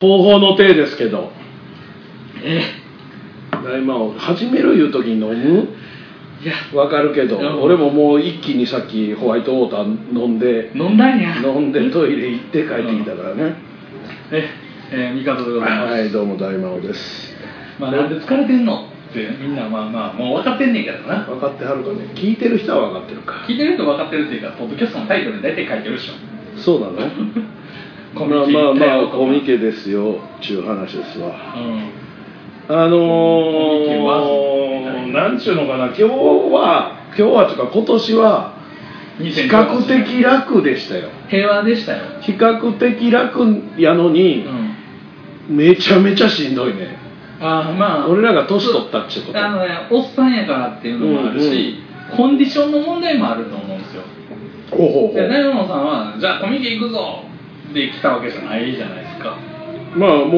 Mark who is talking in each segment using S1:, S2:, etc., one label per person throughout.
S1: 方法の手ですけど
S2: え
S1: 今始めるいう時に飲む
S2: いや
S1: わかるけど
S2: いや
S1: 俺ももう一気にさっきホワイトウォーター飲んで
S2: 飲んだんや
S1: 飲んでトイレ行って帰ってきたからね
S2: ええー、ミカドでございます、
S1: はいどうも大魔王です
S2: まあ、なんで疲れてんのってみんなまあまあもう分かってんねんけどな
S1: 分かってはるかね聞いてる人は分かってるか
S2: 聞いてる人分かってるっていうかポッドキャストのタイトルに大体書いてるでしょ
S1: そうなの
S2: コミケ
S1: まあまあま
S2: 行っ
S1: あ
S2: たよ
S1: コミケですよちゅう話ですわ
S2: うん
S1: あ
S2: ミケ
S1: の
S2: は
S1: ー、なんちゅうのかな今日は今日はというか今年は比較的楽でしたよ
S2: 平和でしたよ
S1: 比較的楽やの
S2: う
S1: に、
S2: ん
S1: めちゃめちゃしんどいね
S2: あーまあ
S1: 俺らが年取ったっちゅうこと
S2: あのねおっさんやからっていうのもあるし、コンディションの問題もあると思うんですよ
S1: ほうほうほ
S2: で
S1: う
S2: 大門さんはじゃあコミケ行くぞで来たわけじゃないじゃないですか
S1: まあも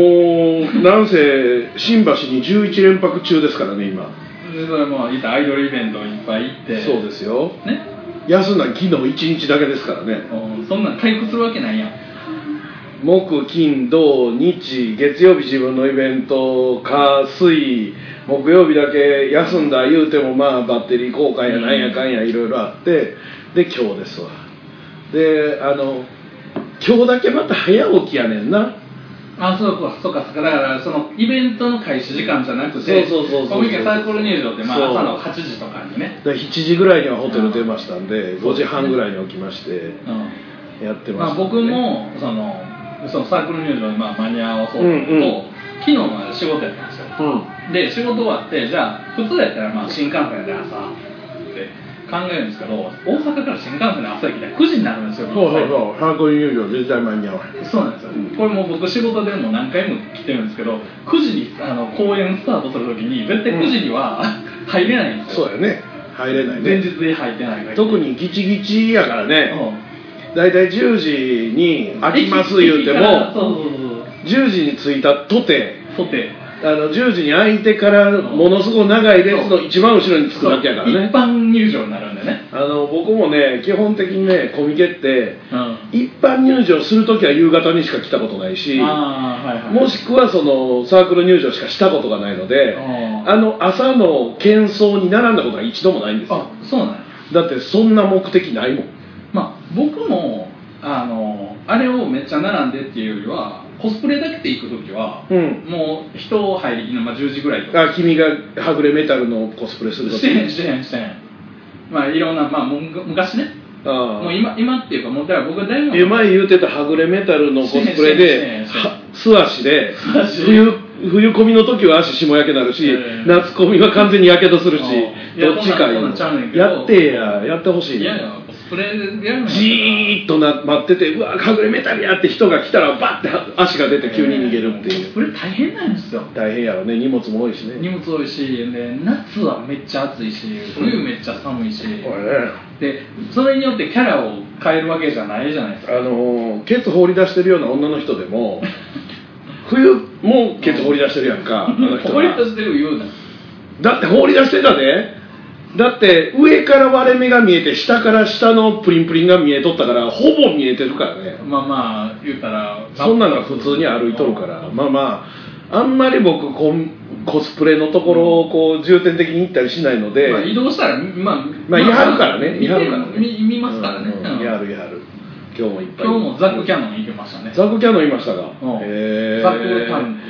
S1: うなんせ新橋に11連泊中ですからね今
S2: でそれもいったらアイドルイベントいっぱい行って
S1: そうですよ
S2: ね、
S1: 休んだの昨日1日だけですからね
S2: うんそんなん回復するわけないやん
S1: 木金土日月曜日自分のイベント火水木曜日だけ休んだ言うてもまあバッテリー交換やなんやかんやいろいろあってで今日ですわであの今日だけまた早起きやねんな
S2: あそうかそうかそうかだからそのイベントの開始時間じゃなくて
S1: そうそうそうそうそう
S2: コミケサークル入場って、ま
S1: そう
S2: あ、朝の8時とかにね、
S1: で7時ぐらいにはホテル出ましたんで5時半ぐらいに起きまして
S2: うん
S1: やってま
S2: まあ、
S1: したね、
S2: 僕もそのそのサークル入場にまあ間に合わそうと、
S1: うんうん
S2: 昨日まで仕事やったんですよで仕事終わってじゃあ普通やったらまあ新幹線で朝って考えるんですけど大阪から新幹線で朝行きたら9時になるんですよ
S1: うんそうそうそうハーコン入場絶対間に合わない
S2: そうなんですよ、これもう僕仕事でも何回も来てるんですけど9時にあの公演スタートするときに絶対9時には入れないんです
S1: そ
S2: よ、
S1: うやね入れない
S2: 前
S1: ね
S2: 日で入ってないから
S1: 特にギチギチやから
S2: う
S1: ね
S2: ん
S1: 大体10時に開きます言うて
S2: 駅から
S1: も
S2: そうそうそう
S1: 10時に着いたとて
S2: そうとて
S1: あの10時に開いてからものすごい長い列の一番後ろに着くだけやから
S2: そう一
S1: ね
S2: 般入場になるんでね
S1: あの僕もね基本的にねコミケって
S2: うん
S1: 一般入場するときは夕方にしか来たことないし
S2: ああはいはい
S1: もしくはそのサークル入場しかしたことがないので、
S2: あ
S1: あの朝の喧騒に並んだことが一度もないんですよ
S2: あそうなんや
S1: だってそんな目的ないもん
S2: まあ僕もあのあれをめっちゃ並んでっていうよりはコスプレだけで行く時は
S1: うん
S2: もう人入りの、まあ、10時ぐらいとか
S1: あ君がはぐれメタルのコ スプレすると
S2: してへんしてへんしてへんまあいろんなまあもうむ昔ね
S1: あ
S2: もう今今っていうかもうだから僕は大
S1: あいう
S2: 学
S1: 前言うてたはぐれメタルのコスプレ
S2: してへ
S1: で
S2: んしてへんしてへん
S1: は素足で
S2: 素足
S1: 冬冬込みの時は足霜焼けなるし、
S2: うん
S1: 夏込みは完全にやけどするし
S2: ああいや
S1: どっちかいう
S2: こんなんこんなんちゃうねんけど
S1: やってややってほしい
S2: い
S1: ね
S2: やいやコスプレでやるの
S1: じーっとな待っててうわ隠れメタルやって人が来たらバッて足が出て急に逃げるっていう、
S2: コスプレ大変なんですよ
S1: 大変やろね荷物も多いしね
S2: 荷物多いしで夏はめっちゃ暑いし冬めっちゃ寒いし、
S1: これね
S2: でそれによってキャラを変えるわけじゃないじゃないです
S1: あ
S2: か
S1: のーケツ放り出してるような女の人でも冬もケツ放り出してるやん かあの人
S2: これと
S1: は
S2: してる言うな
S1: だって放り出してたでだって上から割れ目が見えて下から下のプリンプリンが見えとったからほぼ見えてるからね
S2: まあまあ言うたら
S1: そんなの普通に歩いとるから、まあまあ、あんまり僕コン、コスプレのところをこう重点的に行ったりしないので、
S2: まあ、移動したらまあ
S1: まあ、やはるからね、
S2: 見て
S1: やはるからね、
S2: 見見ますからね、
S1: うん
S2: うん
S1: やはるやはる、今日もいっぱい、
S2: 今日もザックキャ
S1: ン、
S2: ノン行けましたね
S1: ザクキャノンいましたが、
S2: うん
S1: へー
S2: ザックタン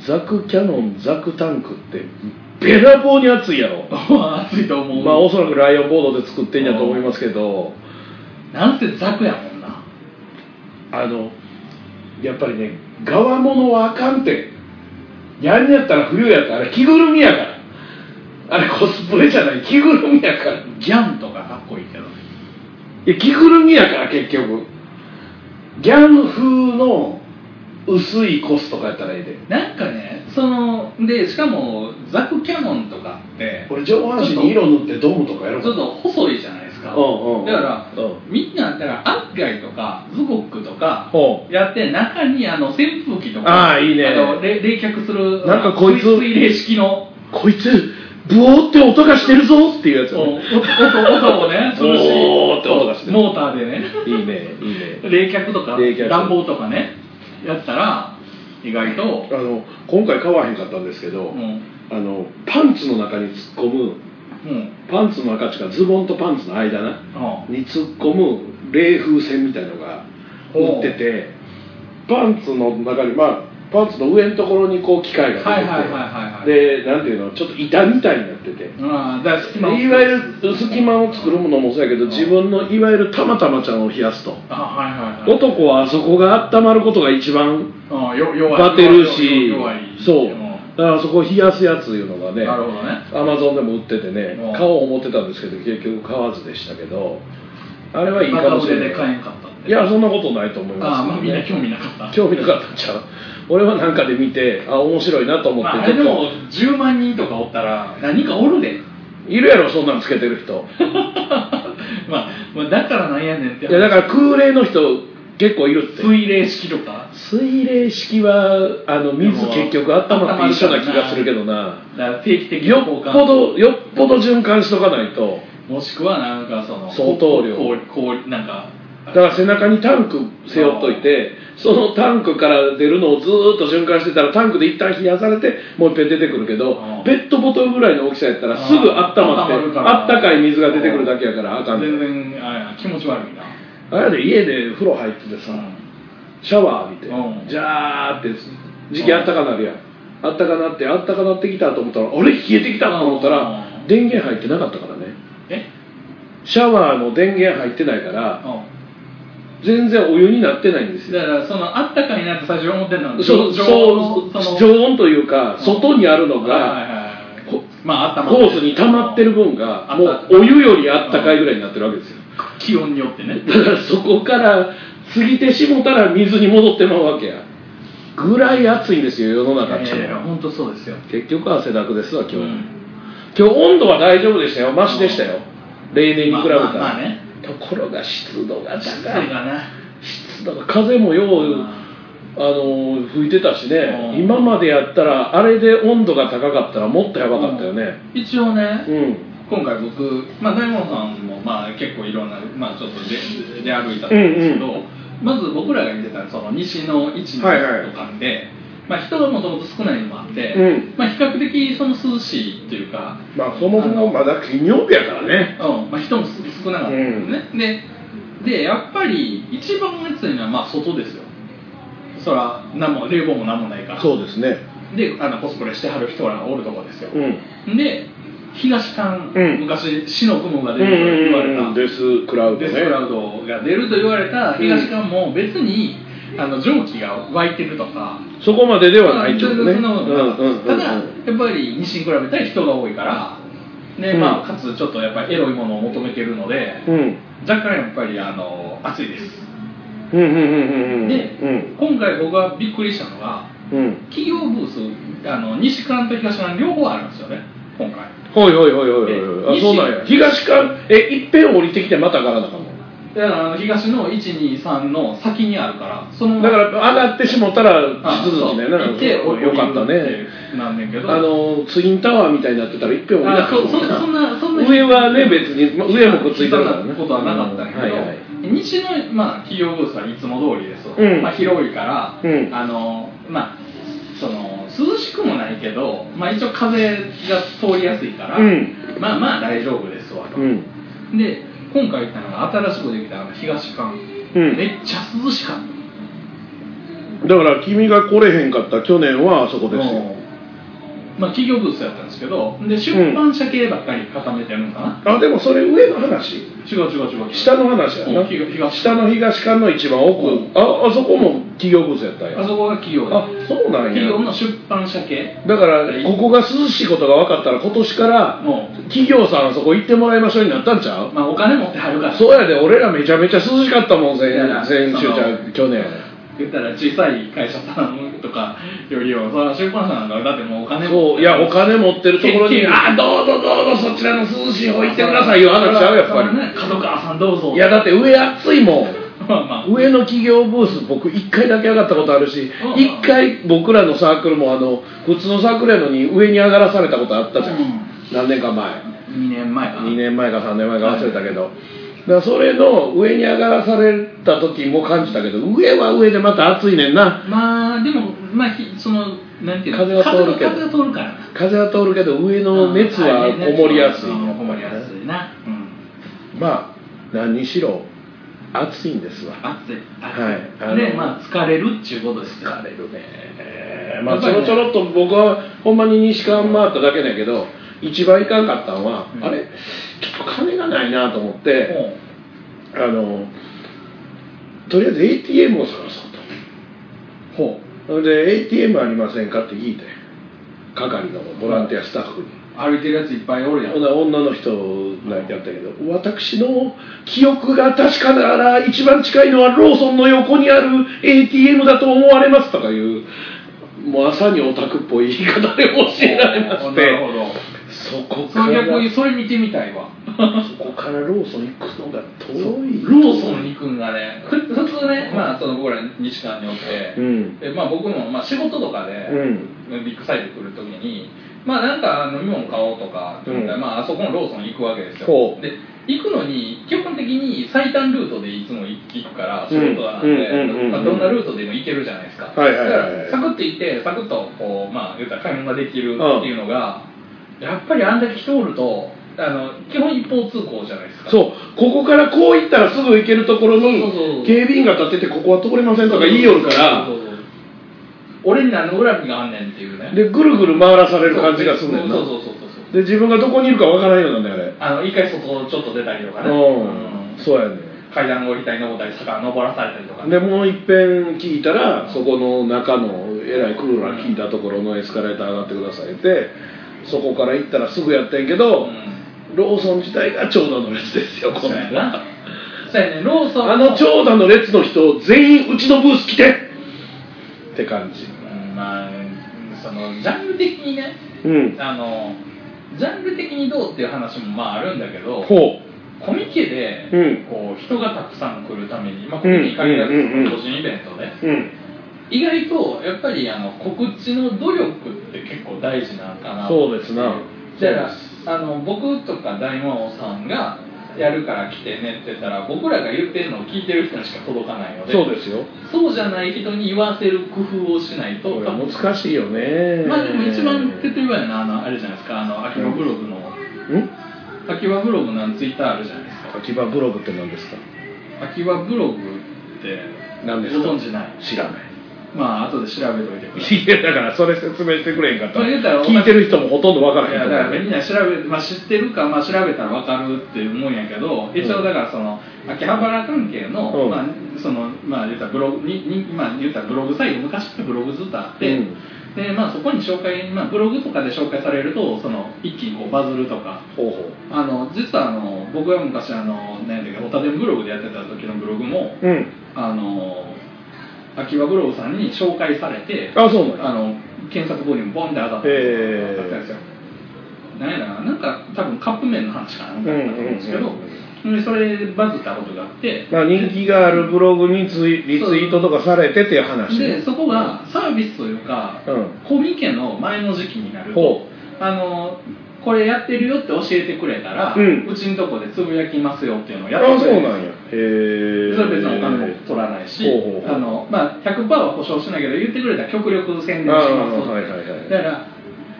S2: ク
S1: ザクキャノン、ザクタンクって、べらぼうに熱いやろ、
S2: と暑いと思う、
S1: まあ、おそらくライオンボードで作ってんやと思いますけど、
S2: なんせザクやもんな
S1: あの、やっぱりね、側物はあかんて、やんやったら冬やったら、あれ着ぐるみやから、あれコスプレじゃない、着ぐるみやから、い
S2: ギャンとかかっこいいけど
S1: や着ぐるみやから、結局、ギャン風の薄いコスとかやったらええで、
S2: なんかねそのでしかもザクキャノンとかって
S1: 俺、上半身に色塗ってドームとかやろう
S2: ちょっ
S1: か
S2: と細いじゃないですか、
S1: うんうん
S2: だから、
S1: うん
S2: みんなだからアッガイとかズコックとか
S1: ほ
S2: やって中にあの扇風機とか
S1: あーいいね
S2: あの冷冷却する
S1: なんかこいつ
S2: 水水冷式の
S1: こいつ、ブオーって音がしてるぞっていうやつ
S2: 音
S1: やね、
S2: 音をねするし
S1: おーって音がしてる
S2: モーターでね
S1: いいね、いいね。
S2: 冷却とか
S1: 冷却
S2: 暖房とかねやったら意外と、
S1: あの今回買わへんかったんですけど、
S2: うん
S1: あのパンツの中に突っ込む
S2: うん
S1: パンツの中っていうかズボンとパンツの間な
S2: あ
S1: に突っ込む冷風船みたいのが売っててパンツの中にまあパンツの上のところにこう機械が
S2: あは
S1: 出
S2: い
S1: てて、
S2: はいはいは
S1: でな
S2: いはい
S1: んていうのちょっと板みたいになってて
S2: ああだから隙間を
S1: いわゆる隙間を作るものもそうやけど自分のいわゆるたまたまちゃんを冷やすと
S2: あはいはいはい
S1: 男はあそこが温まることが一番
S2: ああよ弱い
S1: バテるし
S2: 弱い
S1: そう
S2: うん
S1: だからそこを冷やすやついうのがね
S2: なるほどね
S1: アマゾンでも売っててね
S2: うん
S1: 買おう思ってたんですけど結局買わずでしたけどあれはいいかもしれ
S2: また腕で買
S1: な
S2: え
S1: い
S2: んかったって
S1: いやそんなことないと思い
S2: ああま
S1: ま
S2: あ
S1: す
S2: み
S1: け
S2: ん
S1: ど
S2: な
S1: ね
S2: 興味なかった
S1: 興味なかったんちゃう俺はなんかで見てあ面白いなと思
S2: まあ、
S1: っ
S2: あ
S1: て
S2: れ
S1: ち
S2: で
S1: ょっと
S2: も10万人とかおったら何かおるで
S1: いるやろそんなんつけてる人
S2: まあ、まあ、だからなんやねんって
S1: いやだから空冷の人結構いるって
S2: 水冷式とか
S1: 水冷式はあの水結局温まって一緒な気がするけどな
S2: だから定期的に
S1: よっぽどよっぽど循環しとかないと
S2: もしくはなんかその
S1: 相当量
S2: こうこうなんか
S1: だから背中にタンク背負っといてそのタンクから出るのをずーっと循環してたらタンクで一旦冷やされてもう一遍出てくるけど
S2: ああ
S1: ペットボトルぐらいの大きさやったらすぐ温まって
S2: ああ温まるから
S1: あったかい水が出てくるだけやからあかんね
S2: 全
S1: ん
S2: 然あれや気持ち悪いな
S1: あれやで家で風呂入っててさシャワー浴びて
S2: うん
S1: ジャーって時期あったかなるやんあったかなってあったかなってきたと思ったらあれ冷えてきたと思ったら
S2: うん
S1: 電源入ってなかったからね
S2: え
S1: シャワーの電源入ってないから
S2: う
S1: 全然お湯になってないんです
S2: ん
S1: よ
S2: だからそのあったかいなって最初思ってたの
S1: そう
S2: 常
S1: そう
S2: 常のその
S1: 常温というか外にあるの
S2: はい
S1: が
S2: はいはい
S1: こ
S2: まああったま
S1: ホースに溜まってる分が
S2: あ
S1: もうお湯よりあったかいぐらいになってるわけですよ
S2: 気温によってね
S1: だからそこから過ぎてしもたら水に戻ってまうわけやぐらい暑いんですよ世の中って、
S2: ええ本当そうですよ
S1: 結局汗だくですわ今日、
S2: うん
S1: 今日温度は大丈夫でしたよマシでしたよ例年に比べたら、
S2: まあまあまあね
S1: ところが湿度が
S2: 湿度
S1: 高い
S2: がね
S1: 湿度が風もよう、あの吹いてたしね、
S2: うん
S1: 今までやったらあれで温度が高かったらもっとやばかったよね
S2: 一応ね
S1: うん、
S2: 今回僕、まあ、大門さんもまあ結構いろんな、まあ、ちょっと出出歩いたん
S1: うんうん
S2: ですけど、まず僕らが見てたその西の位置の
S1: はいはい
S2: とかで、まあ、人がもともと少ないのもあって、
S1: うん
S2: まあ、比較的その涼しいというか、
S1: まあそもそもまだ金曜日やからね
S2: うんまあ、人もす少なかったんですね、ででやっぱり一番暑いのはまあ外ですよそら何も冷房も何もないから
S1: そうですね
S2: であのコスプレしてはる人らがおるとこですよ、
S1: うん
S2: で東館、
S1: うん
S2: 昔死の雲が
S1: う
S2: 出ると言われた、
S1: んデスクラウド
S2: デ
S1: ね
S2: スクラウドが出ると言われた東館も別に、あの蒸気が湧いてるとか、
S1: そこまでではない
S2: 全
S1: ちょっとね
S2: 然そんなものなかったただや
S1: うん
S2: っぱり西に比べたら人が多いから、ね
S1: うん
S2: まあ、かつちょっとやっぱりエロいものを求めてるので、
S1: うんうん
S2: 若干やっぱりあの暑いです、
S1: うんうんうんうんうん
S2: で今回僕がびっくりしたのが
S1: うんうん
S2: 企業ブースあの西館と東館両方あるんですよね今回
S1: ほいほいほいほいほい
S2: え
S1: あそうなんや
S2: 西
S1: 東館えいっぺん降りてきてまたからだかも
S2: だからあの東の123の先にあるからその
S1: だから上がってしもたら地続きだよ
S2: あ
S1: な
S2: 行って
S1: よかったね
S2: なんねんけど
S1: あのツインタワーみたいになってたら一票もいな
S2: あ
S1: かっ
S2: そ
S1: た
S2: そそんなそんな
S1: 上はね別にま上もくっついてるからね
S2: ことはなかったんやけど、
S1: はいはい
S2: 西の、まあ、企業ブースはいつも通りですわ、
S1: うん
S2: まあ、広いから、
S1: うん
S2: あのまあその涼しくもないけど、まあ、一応風が通りやすいから、
S1: うん
S2: まあまあ大丈夫ですわと、
S1: うん
S2: で今回行ったのが新しくできたあの東
S1: う
S2: 館、
S1: ん
S2: めっちゃ涼しかった
S1: だから君が来れへんかった去年はあそこですよ
S2: うんまあ、企業ブースやったんですけどで出版社系ばっかり固めてるのかな、
S1: あでもそれ上の話
S2: 違う違う違う
S1: 下の話や
S2: うん東
S1: な
S2: 東
S1: 下の東館の一番奥
S2: うん
S1: ああそこも企業ブースやったん
S2: あ
S1: や
S2: そこが企業で
S1: あそうなん
S2: 企
S1: や
S2: 業の出版社系
S1: だからここが涼しいことが分かったら今年から
S2: の、
S1: 企業さんあそこ行ってもらいましょうになったんちゃう
S2: まあ、お金持ってはるから
S1: そうやで俺らめちゃめちゃ涼しかったもん先
S2: いや
S1: 先週
S2: その
S1: じゃう去年
S2: 言ったら小さい会社さんとかよりはそれは出版社なんかだってもうお金
S1: そういやお金持ってるところに
S2: け
S1: あどうぞどうぞそちらの涼しい方行ってくださいよ話ちゃうやっぱ
S2: それはね
S1: り
S2: 角川さんどうぞ
S1: いやだって上暑いもん
S2: まあまあ
S1: 上の企業ブース僕1回だけ上がったことあるし
S2: うん
S1: 1回僕らのサークルもあの普通のサークルやのに上に上がらされたことあったじゃん、
S2: うん
S1: 何年か前
S2: 2年前かな
S1: 2年前か3年前か忘れたけど、だからそれの上に上がらされた時も感じたけど上は上でまた暑いねんな
S2: まあでもまあひそのなんていうの
S1: 風は通るけど
S2: 風は通るからな
S1: 風は通るけど上の熱は
S2: うん
S1: こもりやすい
S2: うんこもりやすいな、うん、
S1: まあ何にしろ暑いんですわ
S2: 暑い
S1: はいあの
S2: でまあ疲れるっちゅうことですよ
S1: 疲れるねま
S2: や
S1: あ
S2: っ
S1: ち
S2: ぱ
S1: ょろ
S2: りね
S1: ちょろっと僕はほんまに西館回っただけだけど一番いかんかったんは、
S2: うん
S1: あれちょっと金がないなと思って、あのとりあえず ATM を探そう
S2: ほうほ
S1: と
S2: う
S1: それで ATM ありませんかって聞いて係のボランティアスタッフに、
S2: 歩いてるやついっぱいおるやん
S1: ほ な女の人なんやったけど、私の記憶が確かなら一番近いのはローソンの横にある ATM だと思われますとかいうもう朝にオタクっぽい言い方で教えられまし
S2: なる
S1: て
S2: ほど
S1: そこ
S2: そ
S1: か
S2: れ
S1: ら
S2: 逆にそれ見てみたいわ
S1: そこからローソン行くのが遠い
S2: ローソンに行くんがねふ普通ね、まあ、その僕ら西館におって、
S1: うん
S2: でまあ、僕もまあ仕事とかで、
S1: うん
S2: ビッグサイト来るときに、まあ、なんか飲み物買おうとかって思ったら、
S1: うん
S2: まあ、あそこのローソン行くわけですよ
S1: ほう
S2: で行くのに基本的に最短ルートでいつも行行くから仕事なんで、
S1: うんうんうんうん
S2: まあ、どんなルートでも行けるじゃないですか、
S1: はいはいはいはい
S2: だからサクッと行ってサクッとこうまあ言ったら買い物ができるっていうのが、やっぱりあんだけ人おるとあの基本一方通行じゃないですか
S1: そうここからこう行ったらすぐ行けるところ
S2: そうそうそ
S1: に
S2: う
S1: 警備員が立っててここは通れませんとか言いよるから
S2: そうそうそう俺に何の恨みがあんねんっていうね
S1: でぐるぐる回らされる感じがすんねんな
S2: そうそうそうそうそう
S1: で自分がどこにいるかわからんようなんだよあれ
S2: あの一回外をちょっと出たりとかね、
S1: うん、そうやね
S2: うん階段降りたり登ったり坂登らされたりとかね
S1: でもう一遍聞いたらそこの中のえらいクーラー聞いたところのエスカレーター上がってくださいってそこから行ったらすぐやってんけど、
S2: うん
S1: ローソン自体が長蛇の列ですよこ
S2: そ
S1: ん
S2: う
S1: な
S2: や
S1: ん
S2: なそうやねローソン
S1: あの長蛇の列の人全員うちのブース来てって感じ
S2: うんまあそのジャンル的にね
S1: うん
S2: あのジャンル的にどうっていう話もまああるんだけど
S1: ほ
S2: コミケ
S1: う
S2: で
S1: ん
S2: こう人がたくさん来るために、まあ、
S1: う
S2: コ
S1: ん
S2: ミケ限らず
S1: うんうんうん
S2: 個人イベントね
S1: ううん
S2: 意外とやっぱりあの告知の努力って結構大事なんかな
S1: そうですな
S2: だからあの僕とか大魔王さんがやるから来てねって言ったら僕らが言ってるのを聞いてる人にしか届かないので
S1: そうですよ
S2: そうじゃない人に言わせる工夫をしないと
S1: これ難しいよね
S2: まあでも一番手っ取り早いのはあのあれじゃないですかあの秋葉ブログの
S1: うん
S2: 秋葉ブログのツイッターあるじゃないですか
S1: 秋葉ブログって何ですか
S2: 秋葉ブログって
S1: 何ですか
S2: ご存知ない
S1: 知らない
S2: まあ後で調べといてください
S1: いやだからそれ説明してくれへんかった
S2: それ言うたら
S1: 聞いてる人もほとんどわから
S2: い
S1: へん
S2: や
S1: と
S2: だから
S1: 思う
S2: みんな調べ、まあ、知ってるか、まあ、調べたら分かるって思うんやけど一応だからその秋葉原関係の,、
S1: うん
S2: まあそのまあ、言ったらブログにに、まあ、言ったらブログサイト昔ってブログずっとあって、
S1: うん
S2: でまあ、そこに紹介、まあ、ブログとかで紹介されるとその一気にこうバズるとか
S1: ほうほ
S2: あの実はあの僕が昔あの何だっけオタデンブログでやってた時のブログも
S1: ううん
S2: あの秋葉ブログさんに紹介されて
S1: あそうなんや
S2: あの検索後にもボンって上がったん
S1: へー
S2: ですよ。なんやな、なんか多分カップ麺の話かな
S1: うん
S2: ん
S1: う
S2: か
S1: ん
S2: だったと思うんですけど、でそれでバズったことがあって、
S1: まあ人気があるブログにツイリツイートとかされてっていう話
S2: でそこがサービスというか、
S1: うん
S2: コミケの前の時期になると
S1: ほ、
S2: あのこれやってるよって教えてくれたら、
S1: う
S2: うんちのとこでつぶやきますよっていうのをや
S1: あ
S2: って
S1: そ
S2: くれ
S1: う
S2: る
S1: なんやへえ
S2: それは別にお金も取らないし、
S1: ほうほうほう
S2: あのまあ、100%は保証しないけど言ってくれたら極力宣伝し
S1: ああ
S2: ます
S1: はいはいはい
S2: だから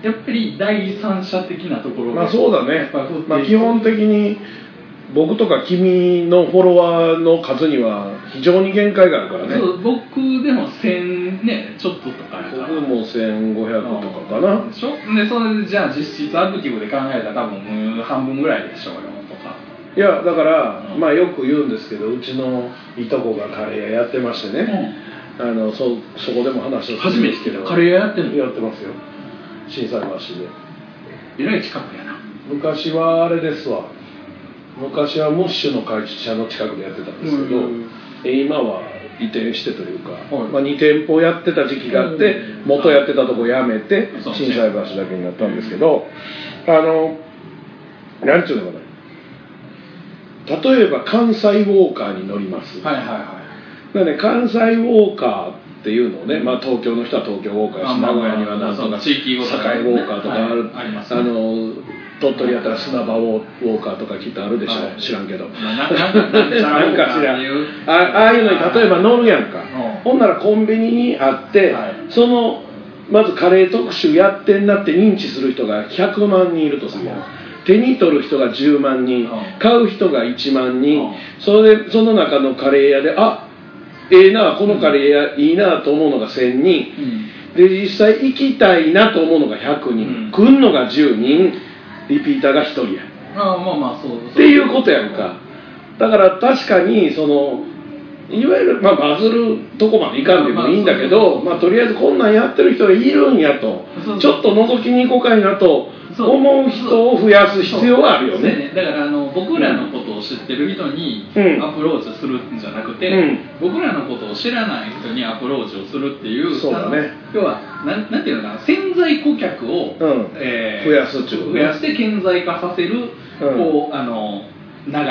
S2: やっぱり第三者的なところが
S1: まあそうだ
S2: や
S1: ね
S2: っぱり、
S1: まあ、基本的に僕とか君のフォロワーの数には非常に限界があるからね
S2: そう僕でも1000ねちょっととかやから
S1: 僕も1500とかかな
S2: でしょでそれでじゃあ実質アクティブで考えたら多分半分ぐらいでしょうよとか
S1: いやだから、
S2: うん
S1: まあよく言うんですけどうちのいとこがカレー屋やってましてね、あのそそこでも話を
S2: 初めて聞いたカレー屋やってんの
S1: やってますよ心斎橋で
S2: えらい近くやな
S1: 昔はあれですわ昔はムッシュの会社の近くでやってたんですけど、
S2: うん
S1: え今は移転してというか、
S2: い
S1: まあ、2店舗やってた時期があって、
S2: うん
S1: 元やってたとこ辞めて
S2: そう
S1: 心斎橋だけになったんですけど、あのなんちゅうのかな例えば関西ウォーカーに乗ります、
S2: はいはい はい
S1: だからね、関西ウォーカーっていうのをね、まあ、東京の人は東京ウォーカーやし
S2: ま
S1: 名
S2: あ
S1: 古屋にはなんと
S2: ま
S1: か
S2: あ地域
S1: 境ウ
S2: ウォ
S1: ォ
S2: ーカ
S1: ーカ
S2: ーね
S1: ーとかある、
S2: はいありますね
S1: あの鳥取やったら砂場ウォーカーとかきっとあるでしょ、
S2: はい
S1: 知らんけど
S2: まあななんかなんか
S1: なんか知ら
S2: っていうん
S1: あああいうのに例えば乗るやんか
S2: うん
S1: ほんならコンビニにあって、
S2: はい
S1: そのまずカレー特集やってんなって認知する人が100万人いるとするやん手に取る人が10万人、
S2: うん
S1: 買う人が1万人、
S2: うん
S1: それでその中のカレー屋であええなこのカレー屋、いいなと思うのが1000人、
S2: うん
S1: で実際行きたいなと思うのが100人、
S2: うん
S1: 来んのが10人リピーターが1人や
S2: ああまあまあそ
S1: っ
S2: う
S1: ていうことやんかだから確かにそのいわゆる、まあ、バズるとこまでいかんでもいいんだけど、まあ、とりあえずこんなんやってる人がいるんやと
S2: そう
S1: ちょっと覗きに行こうかいなと
S2: そう
S1: 思う人を増やす必要はあるよ
S2: そうや
S1: ね
S2: だからあの僕らのことを知ってる人に
S1: うん
S2: アプローチするんじゃなくて、
S1: うん
S2: 僕らのことを知らない人にアプローチをするっていう
S1: そうだね
S2: あの要はなんなんていうのかな潜在顧客を、
S1: うん
S2: えー
S1: 増やすっていうね
S2: 増やして顕在化させる、
S1: うん
S2: こうあの流れ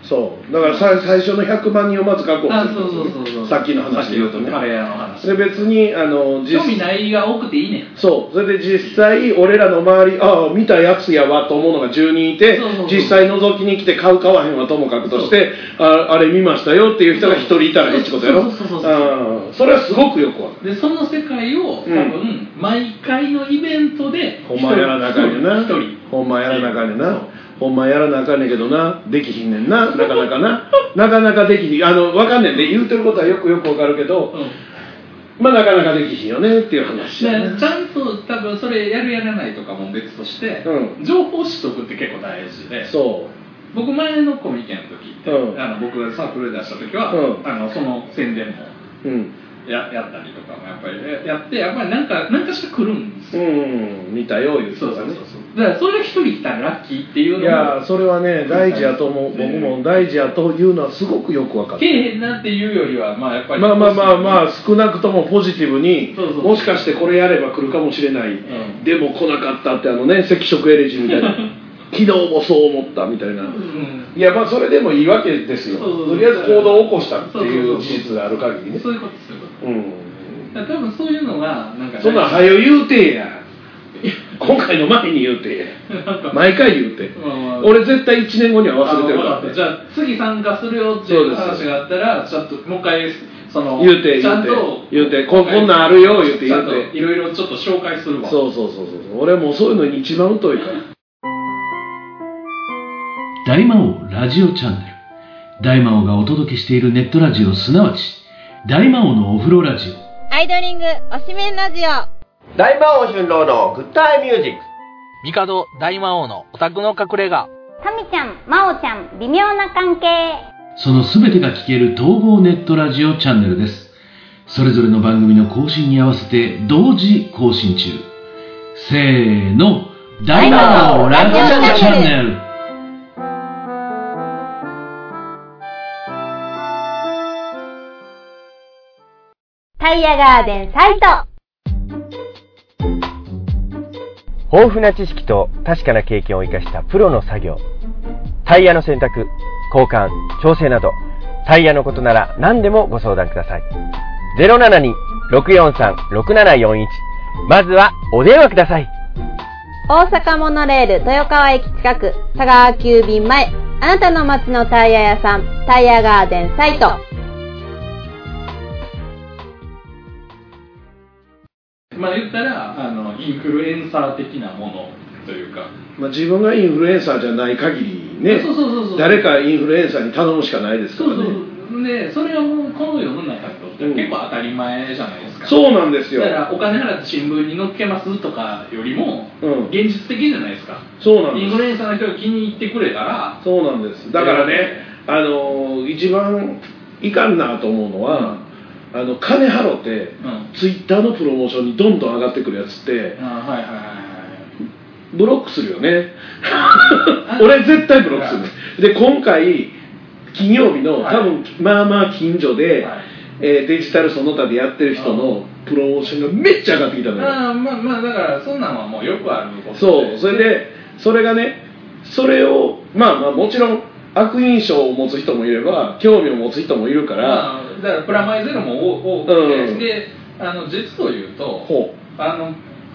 S1: そうだからさ最初の100万人をまず確保
S2: あ
S1: す
S2: そ
S1: る
S2: うそうそうそう
S1: さっきの話で言うとね
S2: カレー屋の話
S1: で別にあの実
S2: 興味ないが多くていいねん
S1: そうそれで実際俺らの周りああ見たやつやわと思うのが10人いて
S2: そうそうそう
S1: 実際覗きに来て買う買わへんはともかくとしてああれ見ましたよっていう人が1人いたらいいってことやろ
S2: そうそうそうそう
S1: うんそれはすごくよくわかる
S2: でその世界を多分、毎回のイベントで
S1: ほんまやらなあかんねんな
S2: 一人
S1: ほんまやらなあかんねん
S2: そ
S1: な
S2: う
S1: ほんまやらなあかんねんけどなできひんねんななかなかななかなかできひんあのわかんねんで言うてることはよくよくわかるけど
S2: うん
S1: まあなかなかできひんよねっていう話やね
S2: でちゃんと多分それやるやらないとかも別として、
S1: う
S2: 情報取得って結構大事で
S1: そ
S2: 僕前のコミケの時って、
S1: うん
S2: あの僕がサークルで出した時は、
S1: うん
S2: あのその宣伝も
S1: ううん
S2: ややったりとかもやっぱりややってやっぱりなんかなんかしてくるんです
S1: う
S2: よ、
S1: ん見たよ言う人
S2: そう
S1: が
S2: そう
S1: ね
S2: そうそうだからそれが一人来たらラッキーっていう
S1: い
S2: のも
S1: やーそれはね大事やと思う僕も大事やというのはすごくよく分か
S2: け
S1: る
S2: えへんなっていうよりはまあやっぱり
S1: まあまあまあまあ少なくともポジティブに
S2: そうそう
S1: もしかしてこれやれば来るかもしれない、
S2: ん
S1: でも来なかったってあのね赤色エレジみた いな昨日もそう思ったみたいな、
S2: うん
S1: いやまあそれでもいいわけですよ
S2: そうそうそう
S1: とりあえず行動を起こしたってい
S2: そ
S1: う
S2: うそうそう
S1: 事実がある限りね
S2: そういうことそういうこと
S1: うん
S2: だから多分そういうのがなんか
S1: そんなん
S2: は
S1: 早よ言うてえ や今回の前に言うてえ
S2: なん
S1: や
S2: か
S1: 毎回言うて
S2: まあまあ
S1: 俺絶対1年後には忘れてるから
S2: あわかったじゃあ次参加するよっていう
S1: そうで
S2: 話
S1: す
S2: があったらちょっともう一回その
S1: 言うて
S2: ちゃんと
S1: 言うて言うてここんなんあるよ言うて
S2: ちゃんと
S1: 言うて
S2: いろいろちょっと紹介するわ
S1: そうそうそうそう俺もうそういうのに一番疎いから
S3: 大魔王ラジオチャンネル大魔王がお届けしているネットラジオすなわち大魔王のお風呂ラジオ
S4: アイドリングおしめんラジオ
S5: 大魔王春郎のグッタイミュージック
S6: 帝大魔王のオタクの隠れ家
S4: タミちゃん、マオちゃん、微妙な関係
S3: そのすべてが聞ける統合ネットラジオチャンネルですそれぞれの番組の更新に合わせて同時更新中せーの大魔王ラジオチャンネル
S4: タイヤガーデンサイト
S5: 豊富な知識と確かな経験を生かしたプロの作業タイヤの選択交換調整などタイヤのことなら何でもご相談ください072-643-6741まずはお電話ください
S4: 大阪モノレール豊川駅近く佐川急便前あなたの街のタイヤ屋さんタイヤガーデンサイト
S2: まあ言ったらあのインフルエンサー的なものというか
S1: まあ自分がインフルエンサーじゃない限りね
S2: そうそうそうそう
S1: 誰かインフルエンサーに頼むしかないですか
S2: そ
S1: ら
S2: う
S1: ね
S2: そうでそれはもうこの世の中にとっては結構当たり前じゃないですか、
S1: そうなんですよ
S2: だからお金払って新聞に載っけますとかよりも
S1: うん
S2: 現実的じゃないですか、
S1: そうなん
S2: イン
S1: で
S2: フ
S1: す
S2: ルエンサーの人が気に入ってくれたら
S1: そうなんですだからね、あのー一番いかんなと思うのは、あの金払って
S2: うん
S1: ツイッターのプロモーションにどんどん上がってくるやつって
S2: あはいはいはいはい
S1: ブロックするよね
S2: あ
S1: 俺絶対ブロックするねで今回金曜日の
S2: はい
S1: 多分まあまあ近所で、
S2: はい
S1: えーデジタルその他でやってる人のプロモーションがめっちゃ上がってきたのよ
S2: ああまあまあだからそんなんはもうよくあることで
S1: そうそれでそれがねそれをまあまあもちろん悪印象を持つ人もいれば興味を持つ人もいるから、
S2: まあだからプラマイゼロも多多くて、
S1: うん
S2: であの実を言うと
S1: ほ
S2: あの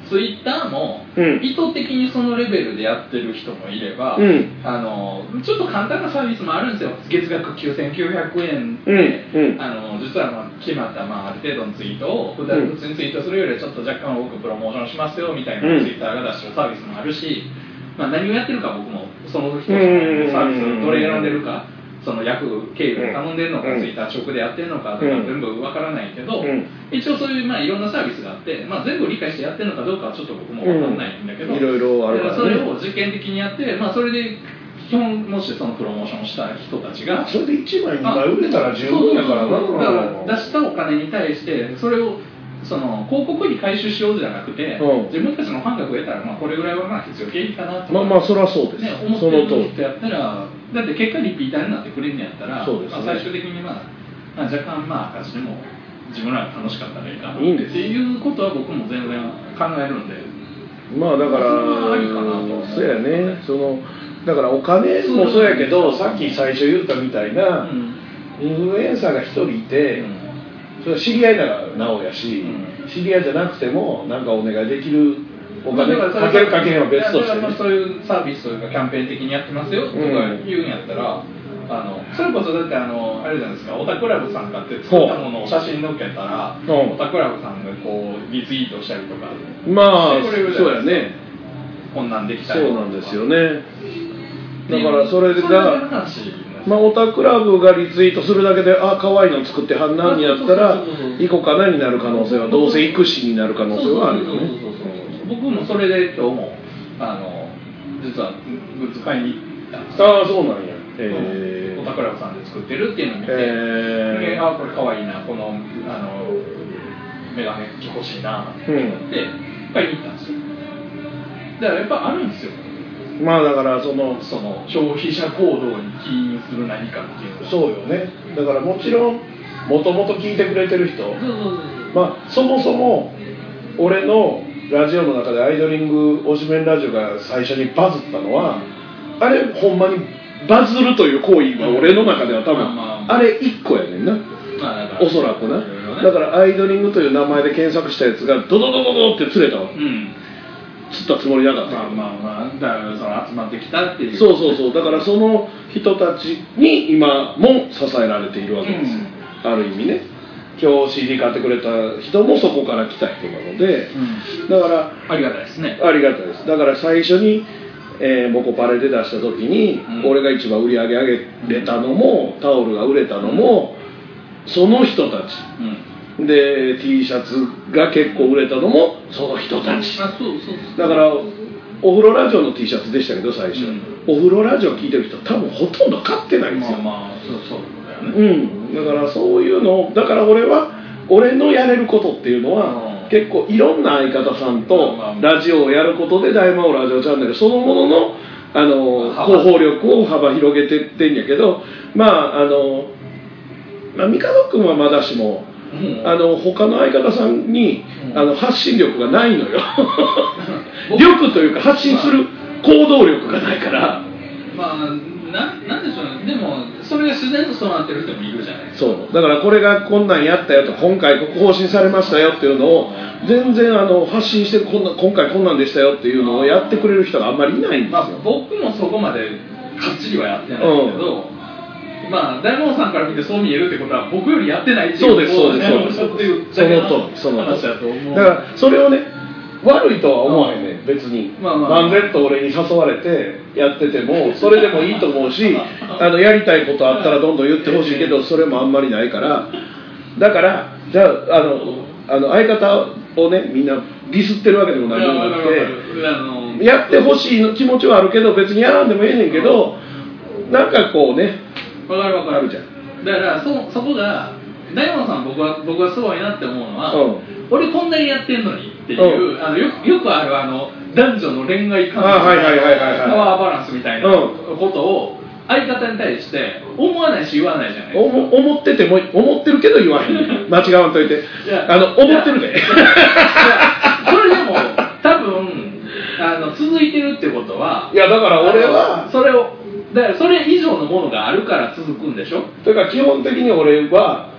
S2: ツイッターも
S1: うん
S2: 意図的にそのレベルでやってる人もいれば、
S1: うん
S2: あのちょっと簡単なサービスもあるんですよ月額9900円
S1: うん
S2: で、
S1: うん
S2: あの実はまあ決まった、まあ、ある程度のツイートを普段
S1: うん
S2: 普通にツイートするよりはちょっと若干多くプロモーションしますよみたいなツ
S1: うん
S2: イッターが出してるサービスもあるし、まあ、何をやってるか僕もその人
S1: うん
S2: の
S1: うんうん
S2: サービスをどれ選んでるかその役経由で頼んでるのか、
S1: うん
S2: ツイッター直でやってるのかとか
S1: うん
S2: 全部わからないけど、
S1: うん
S2: 一応そういう、まあ、いろんなサービスがあって、まあ、全部理解してやってるのかどうかはちょっと僕もわかんないんだけど、
S1: うんいろいろあるからね
S2: それを実験的にやって、まあ、それで基本もしそのプロモーションした人たちが
S7: それで1枚2枚売れたら十分やからな
S2: そうそうそうだから出したお金に対してそれをその広告に回収しようじゃなくて、
S1: うん
S2: 自分たちのファンが増えたら、まあ、これぐらいはまあ必要経費かなとか
S1: まあまあそりゃそうです、
S2: ね、思っ
S1: そ
S2: て
S1: の
S2: る
S1: 通
S2: と
S1: り
S2: ってやったらだって結果リピーターになってくれるんやったら、
S1: そうですね
S2: まあ、最終的に、まあ、まあ若干まあ赤字でも自分らが楽しかったらいいかない
S1: いんです
S2: っていうことは僕も全然考えるんで
S1: まあだから
S2: それはありかなと思う
S1: そうやねそのだからお金もそうやけどさっき最初言ったみたいな、
S2: うん
S1: インフルエンサーが一人いて、それは知り合いならなおやし、
S2: うん
S1: 知り合いじゃなくてもなんかお願いできるお金
S2: まあだら
S1: かけるかけへんは別とし
S2: だか
S1: て
S2: らまあ
S1: ね
S2: そういうサービスというかキャンペーン的にやってますよとか言うんやったら、あのそれこそだってあのあれじゃないですかオタクラブさんがって作ったものを写真載っけたら、
S1: うん
S2: オタクラブさんがこうリツイートしたりとか
S1: まあ
S2: これぐらい
S1: そうやね
S2: こんなんできた
S1: そ
S2: りと
S1: う
S2: か
S1: なんですよねだからそれがま
S2: ま
S1: あ、オタクラブがリツイートするだけであ可愛いの作ってはんなになったら
S2: そうそうそうそう
S1: 行こうかなになる可能性はどうせ行くしになる可能性はあるよね
S2: 僕もそれで今日もあの実はグッズ買いに行ったんですよ
S1: ああそうなんやえ
S2: オタクラブさんで作ってるっていうのを見て、
S1: え
S2: であこれ可愛いなこのあのメガネ欲しいなって思って買いに行ったんですよだからやっぱあるんですよ
S1: ーまあだからその
S2: その消費者行動に起因する何かっていうのが
S7: そうよねだからもちろんもともと聞いてくれてる人まあそもそも
S1: 俺のラジオの中でアイドリング推しメンラジオが最初にバズったのはあれほんまにバズるという行為は俺の中では多
S2: まあまあ
S1: 分
S2: まあ
S1: あれ一個やねんな
S2: まあだから
S1: おそらくない
S2: ろいろね
S1: だからアイドリングという名前で検索したやつがドドドドドって釣れたわ
S2: うん
S1: 釣ったつもりなかったけど
S2: まあまあまあだからその集まってきたっていう
S1: そうそうそうだからその人たちに今も支えられているわけですよ、ある意味ね今日 CD 買ってくれた人もそこから来た人なので
S2: うん
S1: だから
S2: ありがたいですね
S1: ありがたいですだから最初に、えーボコパレで出した時に、
S2: うん
S1: 俺が一番売り上げ上げれたのもタオルが売れたのもその人たち
S2: うん
S1: で T シャツが結構売れたのもその人たち
S2: あそうそうそう
S1: だからお風呂ラジオの T シャツでしたけど最初、
S2: うん
S1: お風呂ラジオ聞いてる人多分ほとんど買ってないんですよ、
S2: まあまあそうそうだよね
S1: うんだからそういうのをだから俺は俺のやれることっていうの
S2: う
S1: は
S2: ん
S1: 結構いろんな相方さんと
S2: まあまあ
S1: ラジオをやることで大魔王ラジオチャンネルそのもののあの
S2: 幅
S1: 広報力を幅広げてってんやけどまああの、まあ、三角君はまだしも
S2: うん
S1: あの他の相方さんに、
S2: うん
S1: あの発信力がない のよ力というか発信する行動力がないから
S2: まあななんでしょうねでもそれが自然とそうなってる人もいるじゃないですか
S1: そうだからこれがこんなんやったよと今回ここ更新されましたよっていうのを全然あの発信してるこんな今回こんなんでしたよっていうのをやってくれる人があんまりいないんです
S2: まあ
S1: よ、
S2: 僕もそこまでかっちりはやってないけど、まあ大門さんから見てそう見えるってことは僕よりやってないってい
S1: そうですそうです
S2: こと
S1: そう
S2: をね
S1: です
S2: ちょっと言っ
S1: その通りその
S2: 話
S1: 通り
S2: だと思う
S1: だからそれをね悪いとは思わへんねん別に
S2: まあまあ
S1: 万全と俺に誘われてやっててもそれでもいいと思う しあのやりたいことあったらどんどん言ってほしいけどそれもあんまりないからだからじゃああのあの相方をねみんなディスってるわけでも
S2: い
S1: 何で
S2: や
S1: も
S2: わ
S1: な
S2: かる
S1: く
S2: わか
S1: て。
S2: るあの
S1: やってほしいの気持ちはあるけど別にやらんでもええねんけどなんかこうね
S2: わかるわかる
S1: あるじゃ
S2: だからそそこが大門さん僕は僕はすごいなって思うのは、
S1: うん
S2: 俺こんなにやってんのにっていう、あのよよくあるあの男女の恋愛関係
S1: あはいはいはいはいはい
S2: パワーバランスみたいな
S1: う
S2: ことを相方に対して思わないし言わないじゃないですか
S1: 思思ってても思ってるけど言わへ ん間違わんといて
S2: いや
S1: あの思ってるで
S2: いやそれでも多分あの続いてるってことはい
S1: やだから俺は
S2: それをだからそれ以上のものがあるから続くんでしょ
S1: というか基本的に俺は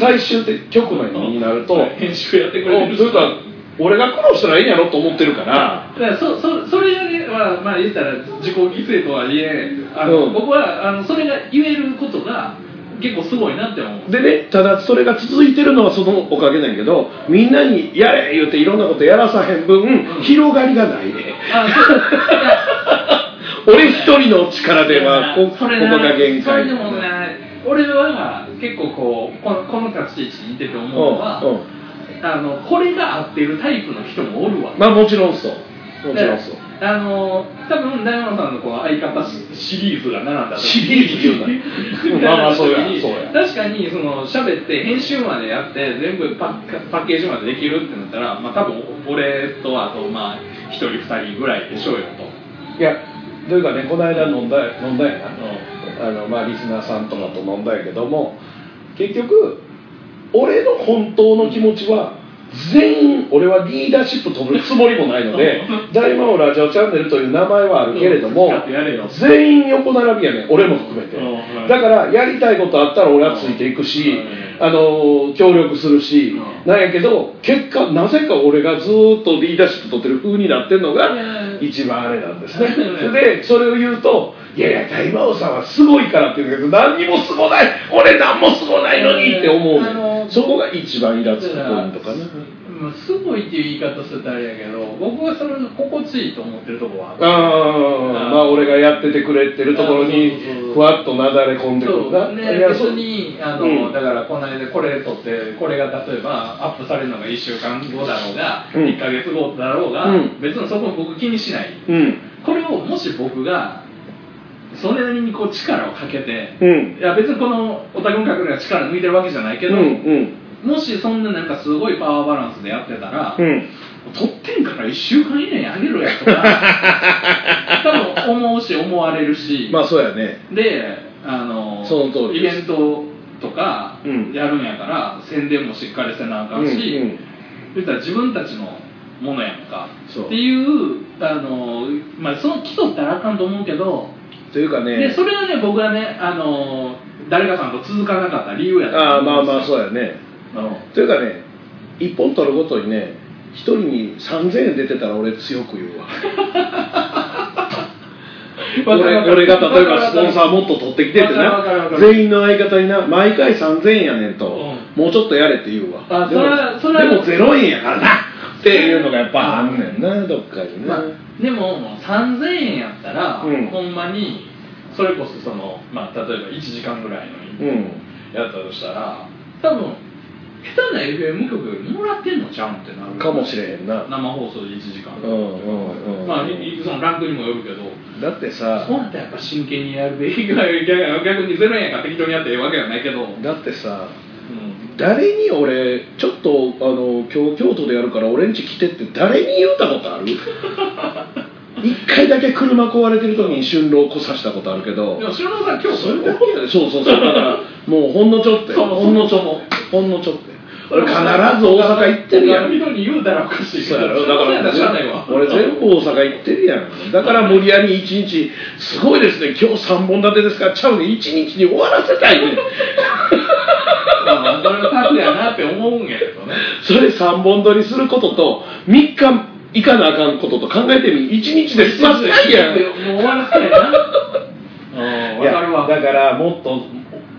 S1: 最終的局面になると
S2: 編集やってくれてる
S1: というか俺が苦労したらいいんやろと思ってるから
S2: だからそそそれよりは、まあ、言ったら自己犠牲とは言えあの、
S1: うん
S2: 僕はあのそれが言えることが結構すごいなって思 う
S1: でねただそれが続いてるのはそのおかげなんやけどみんなにやれ言うていろんなことやらさへん分広がりがないね
S2: あそういや
S1: 俺一人の力ではこここ
S2: そ
S1: が
S2: れな
S1: 限界
S2: それでもね俺は結構こうこのこの立ち位置にいてて思うのは、
S1: うんうん
S2: あのこれが合ってるタイプの人もおるわ
S1: まあもちろんそうもちろんそう
S2: であの多分大門さんのこう相方シシリーズが並んだ時
S1: シリーズ言うな まあまあそうやそうや
S2: 確かにその喋って編集までやって全部パッパッケージまでできるってなったら、まあ、多分俺とあとまあ1人2人ぐらいでしょうよと、
S1: いやというかねこの間飲んだ飲んだやなあの、まあ、リスナーさんとかと飲んだんやけども結局俺の本当の気持ちは全員俺はリーダーシップ取るつもりもないの で「大魔王ラジオチャンネル」という名前はあるけれども
S2: うん使ってやれよ
S1: 全員横並びやね俺も含めて
S2: うん
S1: だからやりたいことあったら俺はついていくし
S2: うん
S1: あの協力するし
S2: う
S1: なんやけど結果なぜか俺がずーっとリーダーシップ取ってる風になってるのが
S2: うん
S1: 一番あれなんですね
S2: うん
S1: でそれを言うと「いやいや大魔王さんはすごいから」って言うけど何にもすごない俺何もすごないのにって思う
S2: あの
S1: そこが一番イラつくポイントかな
S2: うんすごいっていう言い方してたらあれやけど僕はそれが心地いいと思ってるところはある
S1: ああまあ俺がやっててくれてるところに
S2: そうそうそう
S1: ふわっとなだれ込んでく
S2: そ
S1: る
S2: う
S1: な
S2: ね、
S1: いや
S2: 別
S1: そう
S2: にあの、
S1: うん
S2: だからこの間これ撮ってこれが例えばアップされるのが1週間後だろうが、
S1: うん
S2: 1か月後だろうが、
S1: うん
S2: 別にそこは僕気にしない
S1: うん
S2: これをもし僕がそれなりにこう力をかけて、
S1: うん
S2: いや別にこのオタクの角には力抜いてるわけじゃないけ
S1: うん
S2: ど、
S1: うん
S2: もしそんななんかすごいパワーバランスでやってたら、
S1: うん
S2: 撮ってんから1週間以内にあげろや とか多分思うし思われるし、
S1: まあそうやね
S2: であの
S1: その通り
S2: イ
S1: です
S2: ベントとか
S1: うん
S2: やるんやから、宣伝もしっかりせなあかんし、
S1: うんうん
S2: 言ったら自分たちのものやんか
S1: そう
S2: っていうあの、まあ、その基礎ってあかんと思うけど、
S1: というか
S2: で
S1: ね
S2: それがね僕はねあの誰かさんと続かなかった理由やと
S1: ああまあまあ
S2: う
S1: そうやね
S2: ん
S1: というかね一本取るごとにね一人に3000円出てたら俺強く 言うわ俺俺が例えばスポンサーもっと取ってきてって
S2: わ
S1: な
S2: かるわかるわかる
S1: 全員の相方にな毎回3000円やねんと、もうちょっとやれって言うわ
S2: あ
S1: でも
S2: それはそれは
S1: でも0円や からなっていうのがやっぱあんねんなどっかにな、
S2: まあ、でももう3000円やったら、
S1: うん
S2: ほんまにそれこそその、まあ、例えば1時間ぐらいの
S1: うん
S2: やったとしたら多分下手な FM 局よりもらってんのちゃうんってなる
S1: かもしれへんな
S2: 生放送で1時間、
S1: うんうんうん
S2: まあいいそのランクにもよるけど
S1: だってさ
S2: そうなったらやっぱ真剣にやるべきぐらい逆逆に0円やから適当にやってええわけじゃないけど、うん、
S1: だってさ誰に俺ちょっとあの今日京都でやるから俺ん家来てって誰に言うたことあ る一回だけ車壊れてる時に春郎こさしたことあるけど
S2: でも篠田さん今日
S1: そういうことやでそうそうそうだからもうほんのちょっとや
S2: そう
S1: ほんのちょっ
S2: そう
S1: とほんのちょっとや俺必ず大阪行ってるやん
S2: 他の人に言うたらおかしいけ
S1: そ
S2: ど
S1: うやろ
S2: 篠田さん
S1: だ
S2: やったら知らない
S1: か
S2: わ
S1: ら俺全部大阪行ってるやんだから無理やり1日すごいですね今日3本立てですからちゃうね1日に終わらせたいねん
S2: まあまあ、それはタフやなって思うんやけどね。
S1: それ3本撮りすることと3日いかなあかんことと考えてみ1日で済ませないやん
S2: もう終わらせたいな。うん、わかるわ。
S1: いやだからもっと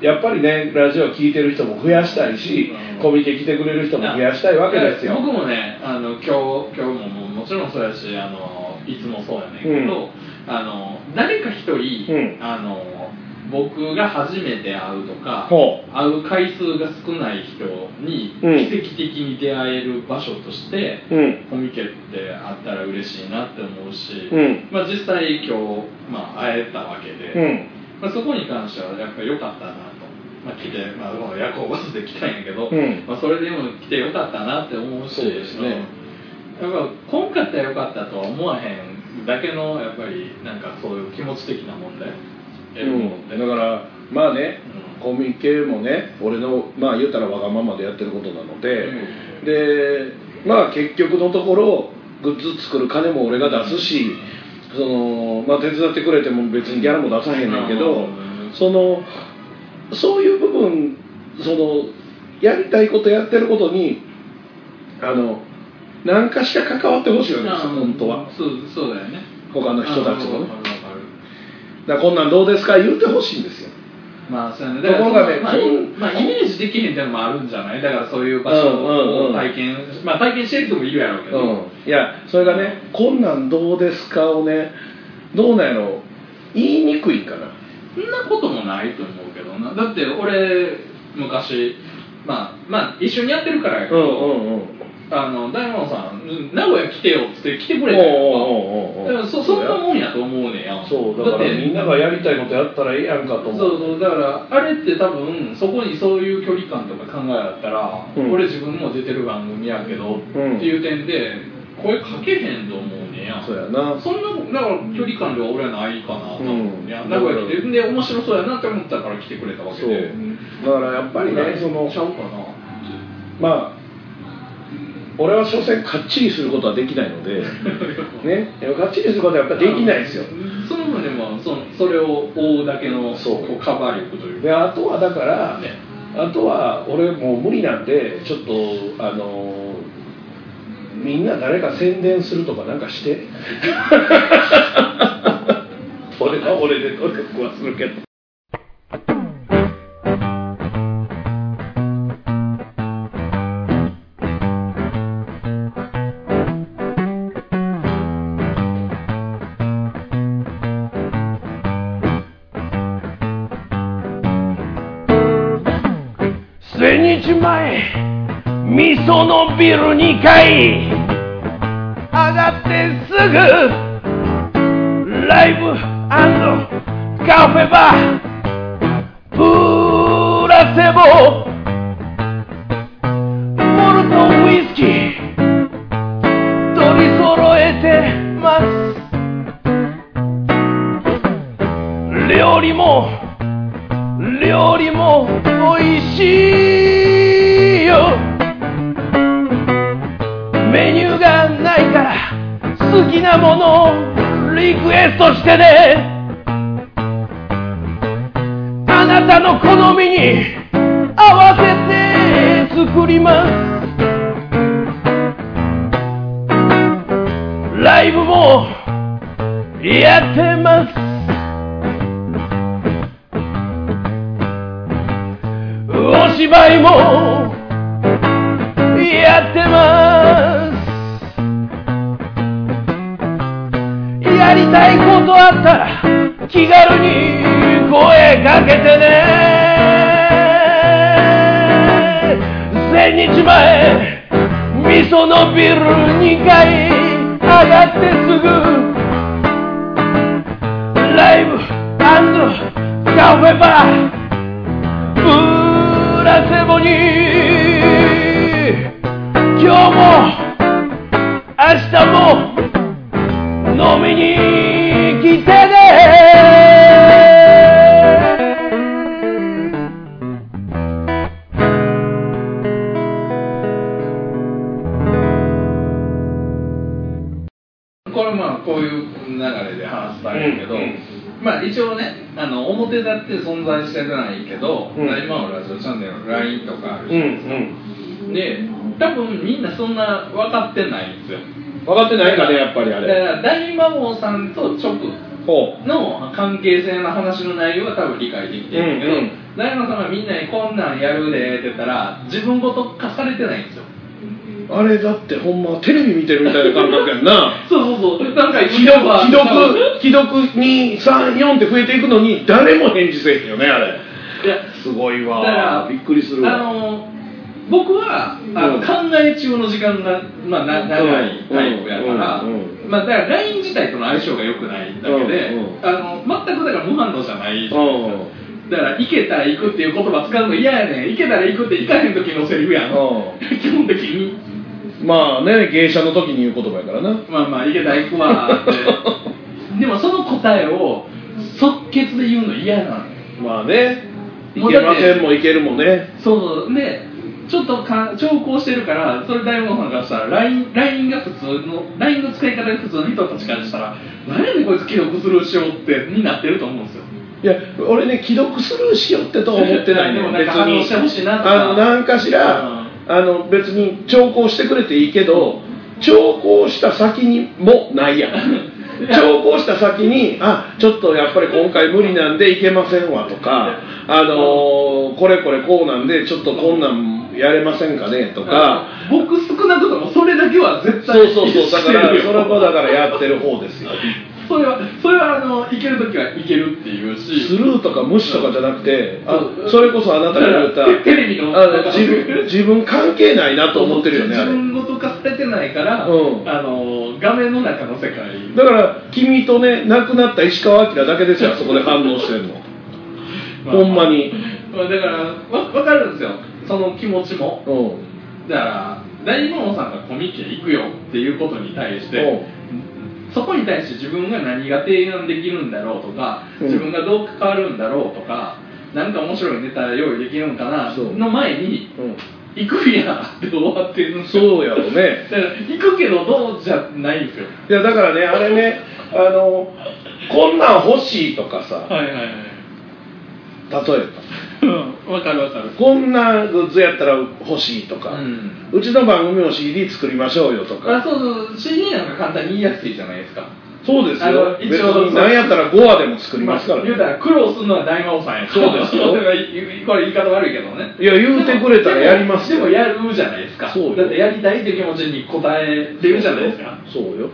S1: やっぱりねラジオ聞いてる人も増やしたいし
S2: うん
S1: コミケ来てくれる人も増やしたいわけですよ
S2: 僕もね、あの今日今日ももうもちろんそうやし、あのいつもそうやねんけど、あの誰か一人、
S1: うん
S2: あの僕が初めて会うとか、
S1: ほ
S2: 会う回数が少ない人に
S1: うん
S2: 奇跡的に出会える場所として、
S1: うん
S2: コミケってあったら嬉しいなって思うし、
S1: うん
S2: まあ、実際今日、まあ、会えたわけで。
S1: うん
S2: まあ、そこに関してはやっぱ良かったなと、まあ、来て、まあ、この夜行バスで来たんやけど、
S1: うん
S2: まあ、それでも来て良かったなって思う
S1: そ
S2: し
S1: うですね
S2: うんやっぱ今回って良かったとは思わへんだけのやっぱりなんかそういう気持ち的な問題得るものって、
S1: だからまあね
S2: うん
S1: コミケもね俺のまあ言うたらわがままでやってることなので、
S2: うん
S1: でまあ結局のところグッズ作る金も俺が出すしその、まあ、手伝ってくれても別にギャラも出さへんねんけど、
S2: うん
S1: そのそういう部分そのやりたいことやってることにあの何かしら関わってほしいわけですよ
S2: あ
S1: 本当は
S2: そうそうだよね
S1: 他の人たちもね
S2: あわかるわか
S1: だ
S2: る
S1: からこんなんどうですか言ってほしいんですよ
S2: まあそうやね
S1: ところがね
S2: まあ
S1: こん
S2: いまあイメージできへんってのもあるんじゃないだからそういう場所
S1: うんうんうん
S2: を体験、まあ体験してる人もいるやろうけど、
S1: うん、いやそれがね「こんなんどうですか?」をねどうなんやろ言いにくいんかな
S2: そんなこともないと思うけどなだって俺昔まあまあ一緒にやってるからやけ
S1: うんう
S2: ど、
S1: んうん
S2: あの大門さんうん名古屋来てよっつって来てくれたやんか
S1: おうおうおうおう
S2: でもそそんなもんやと思うねやん
S1: そうだから
S2: って
S1: みんながやりたいことやったらええやんかと
S2: そう
S1: 思う
S2: そうだからあれって多分そこにそういう距離感とか考えだったら、
S1: うん
S2: 俺自分も出てる番組やけど、
S1: ん
S2: っていう点で声かけへんと思うねやん
S1: そうやな
S2: そんなもんだから距離感では俺はないかなと思うねや、
S1: うん
S2: 名古屋来てで面白そうやなって思ったから来てくれたわけ
S1: そう
S2: で
S1: だからやっぱりねその
S2: ちゃうかな
S1: まあ俺は所詮かっちりすることはできないの でねでもかっちりすることはやっぱできないですよ
S2: その分でもそのそれを追うだけの
S1: そう
S2: こうカバー力というか
S1: であとはだから、
S2: ね
S1: あとは俺もう無理なんでちょっとあのみんな誰か宣伝するとかなんかして 俺は俺で努力はするけど
S5: 千日前味噌のビル2階上がってすぐライブカフェバープラセボモルトウイスキー取り揃えてます料理も料理も美味しいよメニューがないから好きなものをリクエストしてねあなたの好みに合わせて作りますライブもやってますお芝居もやってますやりたいことあったら気軽に声かけてね千日前味噌のビル2階上がってすぐライブカフェバープラセボに今日も明日も飲みに来てね
S2: これまあこういう流れで話すたんやけど、
S1: うんうん
S2: まあ一応ねあの表立って存在してないけど、
S1: うん
S2: 今のラジオチャンネルの LINE とかある
S1: うんう
S2: し、
S1: ん
S2: で多分みんなそんな分かってないんですよ
S1: 分かってないかねやっぱりあ
S2: だか
S1: れ
S2: ら大魔王さんと直
S1: ほ
S2: の関係性の話の内容は多分理解できてるけど、
S1: うんうん
S2: 大魔王さんがみんなにこんなんやるでって言ったら自分ごと化されてないんですよ
S1: うあれだってほんまテレビ見てるみたいな感覚やん な
S2: そうそうそうなんか
S1: 既読既読既読に34って増えていくのに誰も返事せえへんよねあれ
S2: いや
S1: すごい
S2: だから
S1: わびっくりするわ
S2: あの僕はあの、
S1: うん
S2: 考え中の時間が、まあ、な長いタイプやから、
S1: うんうん
S2: まあ、だから LINE 自体との相性が良くないだけで、
S1: うんうん
S2: あの全くだから無反応じゃない、
S1: うん
S2: だから行けたら行くっていう言葉使うの嫌やねん行けたら行くって行かへん時のセリフやん、
S1: う
S2: 基本的に
S1: まあね芸者の時に言う言葉やからな
S2: まあまあ行けたら行くわ ってでもその答えを即決で言うの嫌なのよ
S1: まあねい
S2: もう
S1: け
S2: だっ
S1: ま
S2: て
S1: せんもいけるもね
S2: そうそうでちょっとか長考してるからそれ大門さんからしたら LINE, LINE が普通の LINE の使い方が普通の人たちからしたら何やねんこいつ既読スルーしようってになってると思うんですよ
S1: いや俺ね既読スルーしようってとは思ってない
S2: でも
S1: の
S2: なん
S1: 別
S2: か反応
S1: に
S2: してほしいなとか
S1: あの何かしら
S2: うん
S1: あの別に長考してくれていいけど調校した先にもない やん調校した先にあちょっとやっぱり今回無理なんでいけませんわとかあのーこれこれこうなんでちょっとこんなんやれませんかねとか
S2: 僕少なくともそれだけは絶対
S1: そうそうそうだからそ
S2: してるよ
S1: れもだからやってる方ですよ
S2: それはそれはあの行ける時は行けるっていう
S1: ス
S2: し
S1: ルーとか無視とかじゃなくてあ
S2: そう
S1: それこそあなたが言った
S2: テテレビの
S1: あの自分自分関係ないなと思ってるよねあ
S2: 自
S1: れ
S2: 分ごと化されてないから、
S1: うん
S2: あの画面の中の世界
S1: だから君とね亡くなった石川明だけですよあそこで反応してんの
S2: まあ
S1: ほんまに
S2: まあだからわ分かるんですよその気持ちも
S1: うん
S2: だから大魔王さんがコミケ行くよっていうことに対して、そこに対して自分が何が提案できるんだろうとか、
S1: うん
S2: 自分がどう関わるんだろうとか何か面白いネタ用意できるんかな
S1: そう
S2: の前に
S1: うん、うん、
S2: 行くやって終わってるんですよ
S1: そうやろね
S2: だから行くけどどうじゃないんですよ
S1: いやだからねあれねあのこんなん欲しいとかさ
S2: はいはいはい
S1: 例え
S2: うんわかるわかる
S1: ばこんなグッズやったら欲しいとか、う
S2: うん
S1: ちの番組も CD 作りましょうよと
S2: あ
S1: か
S2: そうそう CD なんか簡単に言いやすいじゃないですか
S1: そうですよ
S2: あの
S1: 別
S2: 一応
S1: に何やったら5話でも作りますから、
S2: あ言うたら苦労するのは大魔王さんや
S1: そうですよ
S2: だからいこれ言い方悪いけどね
S1: いや言うてくれたらやります
S2: で
S1: よ
S2: もでもやるじゃないですか
S1: そうよ
S2: だってやりたいって気持ちに応えてるじゃないですか
S1: そうよ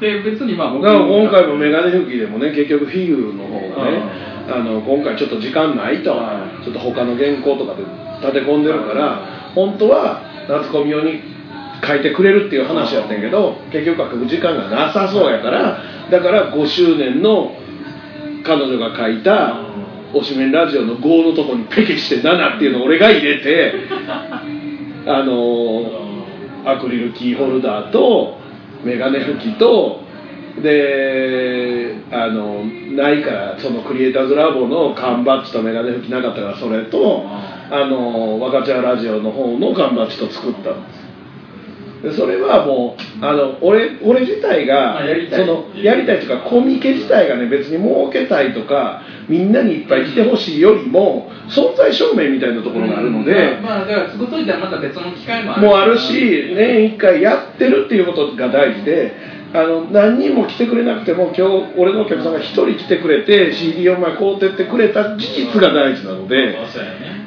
S2: で別にまあ僕
S1: だから今回もメガネ拭きでもね結局フィギュの方がねあの今回ちょっと時間ないと
S2: はい
S1: ちょっと他の原稿とかで立て込んでるから本当は夏コミ用に書いてくれるっていう話やったんやけど結局は書く時間がなさそうやからだから5周年の彼女が書いた「おしめんラジオ」の5のとこにペケして7っていうのを俺が入れてあのーアクリルキーホルダーとメガネ拭きとであのないからそのクリエイターズラボの缶バッジとメガネ拭きなかったからそれとあの若ちゃんラジオの方の缶バッジと作ったんですでそれはもうあの俺俺自体
S2: ま
S1: が
S2: あやりた
S1: そ
S2: い
S1: のやりたいというかコミケ自体がね別に儲けたいとかみんなにいっぱい来てほしいよりも存在証明みたいなところがあるので、
S2: まあまあだから作っといたらまた別の機会もある
S1: もあるし年1回やってるっていうことが大事であの何人も来てくれなくても今日俺のお客さんが1人来てくれて CD を前買うてってくれた事実が大事なので
S2: そうやね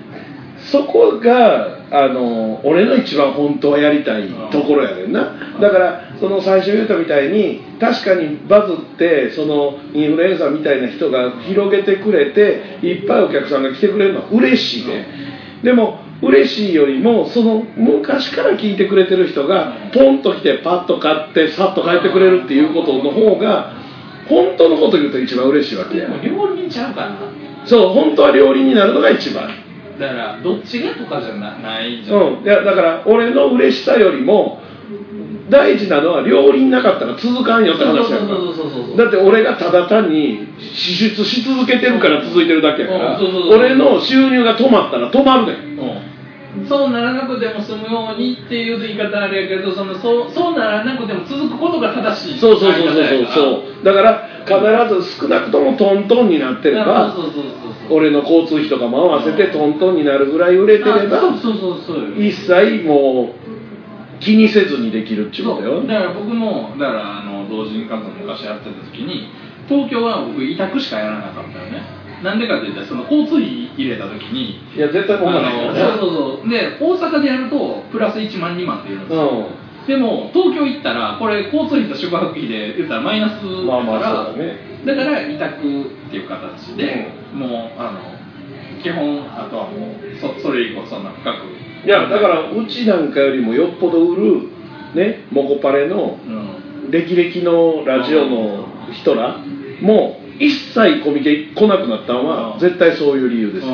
S1: そこがあの俺の一番本当はやりたいところやねんなだからその最初言うたみたいに確かにバズってそのインフルエンサーみたいな人が広げてくれていっぱいお客さんが来てくれるのは嬉しいねでも嬉しいよりもその昔から聞いてくれてる人がポンと来てパッと買ってさっと帰ってくれるっていうことの方が本当のこと言うと一番嬉しいわけ
S2: で
S1: や
S2: も料理人ちゃうかな
S1: そう本当は料理になるのが一番
S2: だからどっちがとかじゃなないんじゃない、
S1: うん、いやだから俺の嬉しさよりも大事なのは料理になかったら続かんよって
S2: そう
S1: 話
S2: そ
S1: やか
S2: うそう
S1: ら
S2: そうそうそう
S1: だって俺がただ単に支出し続けてるから続いてるだけやから
S2: うんそうそうそう
S1: 俺の収入が止まったら止まるねん
S2: そうならなくても済むようにっていう言い方あれやけどそのそうそうならなくても続くことが正しい
S1: そうそうそうそうそう
S2: う
S1: そうだから必ず少なくともトントンになってれば
S2: そうそうそうそう
S1: 俺の交通費とかも合わせてトントンになるぐらい売れてれば
S2: あそうそうそうそう
S1: 一切もう気にせずにできるっちゅうことよ
S2: だから僕もだからあの同人活動昔やってた時に東京は僕委託しかやらなかったよねなんでかって言ったらその交通費入れた時に
S1: いや絶対
S2: あ
S1: もうない
S2: の
S1: から
S2: そうそうそうで大阪でやるとプラス1万2万って言うんですよ
S1: うん
S2: でも東京行ったらこれ交通費と宿泊費で言ったらマイナスだから、
S1: まあまあそうだね
S2: だから委託っていう形で、もうあの基本あとはもうそそれ以降そんな深く
S1: いやだからうちなんかよりもよっぽど売るねモコパレの
S2: うん
S1: 歴々のラジオの人らも一切コミケ来なくなったんは絶対そういう理由です、
S2: うん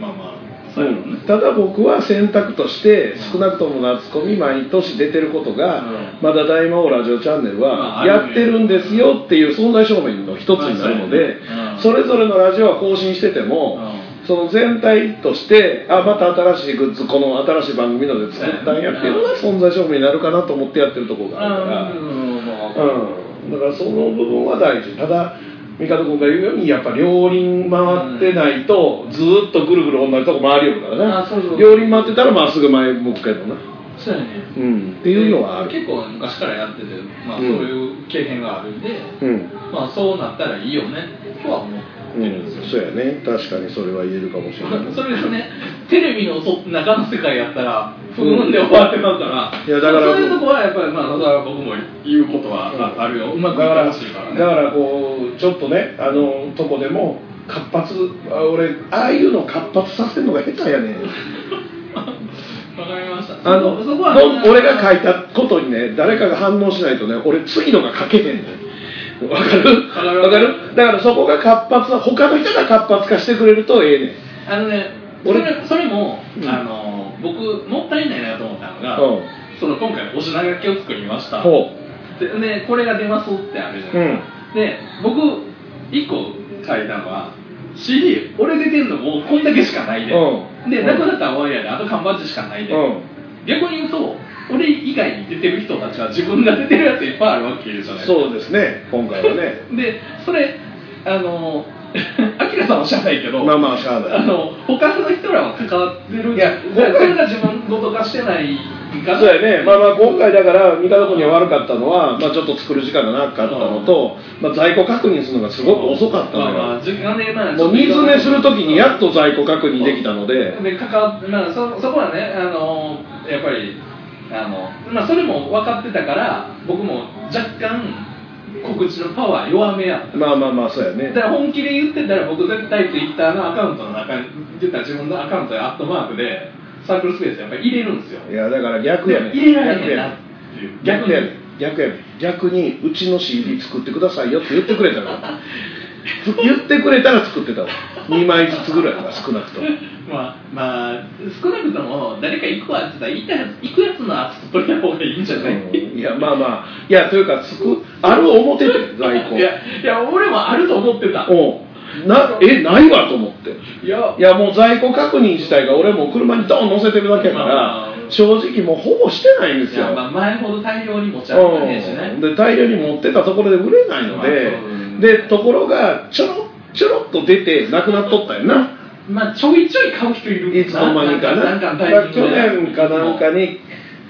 S2: まあまあそううやろうね、
S1: んただ僕は選択として少なくとも夏コミ毎年出てることが
S2: うん
S1: まだ大魔王ラジオチャンネル
S2: ま
S1: は
S2: あ
S1: やってるんですよっていう存在証明の一つになるので
S2: まあそ
S1: そう
S2: やね
S1: れぞれのラジオは更新してて
S2: う
S1: も
S2: ん
S1: その全体としてあまた新しいグッズこの新しい番組ので作ったんやっていうのが存在証明になるかなと思ってやってるところがあるから、うん、だからその部分は大事ただ三門君が言うようにやっぱ両輪回ってないとずーっとぐるぐる同じとこ回りよるから
S2: あ
S1: ね
S2: そうそう
S1: 両輪回ってたらまっすぐ前向くけどな
S2: そうやね
S1: うん、っていうのはある、
S2: 結構昔からやってて、ま
S1: う
S2: あ、そうんいう経験があるんで、
S1: うん
S2: まあ、そうなったらいいよねとは思って
S1: う
S2: るんで
S1: ん
S2: すよ、、
S1: そうやね確かにそれは言えるかもしれない
S2: それがねテレビのそ中の世界やったら不運で終わってたから、
S1: いやだから
S2: そういうとこはやっぱり、まあ、それは僕も言うことはああるよ、うま
S7: だ
S2: く
S7: か
S2: いって
S7: ら
S2: ほしいからね
S7: だからこうちょっとねあのとこでも活発あ俺ああいうの活発させるのが下手やねん
S2: わかりました
S1: あの
S2: そこは
S1: どん俺が書いたことにね誰かが反応しないとね俺次のが書けへんねんわかる
S2: わかる
S1: わかるだからそこが活発さ他の人が活発化してくれるとええねん
S2: あのねそ
S1: 俺
S2: れそれも、
S1: うん
S2: あの僕もったいないなと思ったのが、
S1: うん
S2: その今回お品書きを作りました
S1: ほ
S2: でねこれが出ますってあるじゃ
S1: うう
S2: ない
S1: ん
S2: ですか、で僕1個書いたのは CD 俺出てんのもうこんだけしかないで、
S1: うん
S2: で
S1: うん
S2: なくなったら終わりやであと缶バッジしかないで、
S1: うん
S2: 逆に言うと俺以外に出てる人たちは自分が出てるやついっぱいあるわけじゃないですか
S1: そうですね今回はね
S2: でそれあの アキラさんは知らないけど、
S1: まあまあしゃあ
S2: あ
S1: ない
S2: の他の人らは関わってる
S1: いや
S2: それが自分ごと化してないから
S1: そうやね、まあまあ今回だから三方君には悪かったのは、まあ、ちょっと作る時間がなかったのと、まあ、在庫確認するのがすごく遅かったの
S2: まあ
S1: よ、
S2: まあ時間でまあ
S1: もう水詰めするときにやっと在庫確認できたので、
S2: で関わってまあそそこはねあのやっぱりあのまあそれも分かってたから僕も若干告知のパワー弱めやった
S1: まあまあまあ、そうやね
S2: だ。から本気で言ってたら僕絶対ツイッターのアカウントの中に言ったら自分のアカウントでアットマークでサークルスペースやっぱり入れるんですよ
S1: いや、だから逆
S2: で
S1: やね。
S2: 入れられへんなっていう
S1: 逆やね
S2: に。
S1: 逆やね。逆に、うちの CD 作ってくださいよって言ってくれた から。つ言ってくれたら作ってたわ。2枚ずつぐらいが少なく とも。
S2: まあまあ少なくとも誰か行くわって言ったら行くやつのアス取りた方がいいんじゃない、
S1: いや、まあまあ。いや、というか、つく、ある思ってて、在庫
S2: い。やいや俺もあると思ってた
S1: おうな、え、ないわと思って。
S2: いや
S1: いや、もう在庫確認自体が俺もう車にドーン乗せてるだけやか
S2: まあ
S1: ら、正直もうほぼしてないんです
S2: いや
S1: よ。
S2: まあ前ほど大量に持ち歩かねえし
S1: う
S2: ね
S1: んで大量に持ってたところで売れないの
S2: まあそううん
S1: で、でところがちょろちょろっと出てなくなっとったよな
S2: まあちょいちょい買う人いる
S1: いつの間にかな
S2: なんかなんか
S1: 去年かなんかに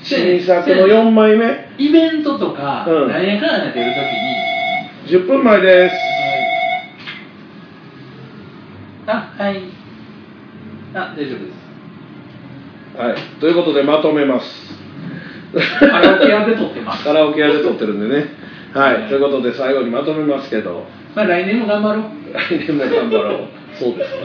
S1: 新作の
S2: せや
S1: 4枚目
S2: イベントとか、
S1: うん
S2: なんやかんや出るときに、
S1: 10分前です
S2: あはいあ大丈夫です
S1: はいということでまとめます
S2: カラオケ屋で撮ってます
S1: カラオケ屋で撮ってるんでねはいということで最後にまとめますけど
S2: まあ来年も頑張ろう
S1: 来年も頑張ろうそうですか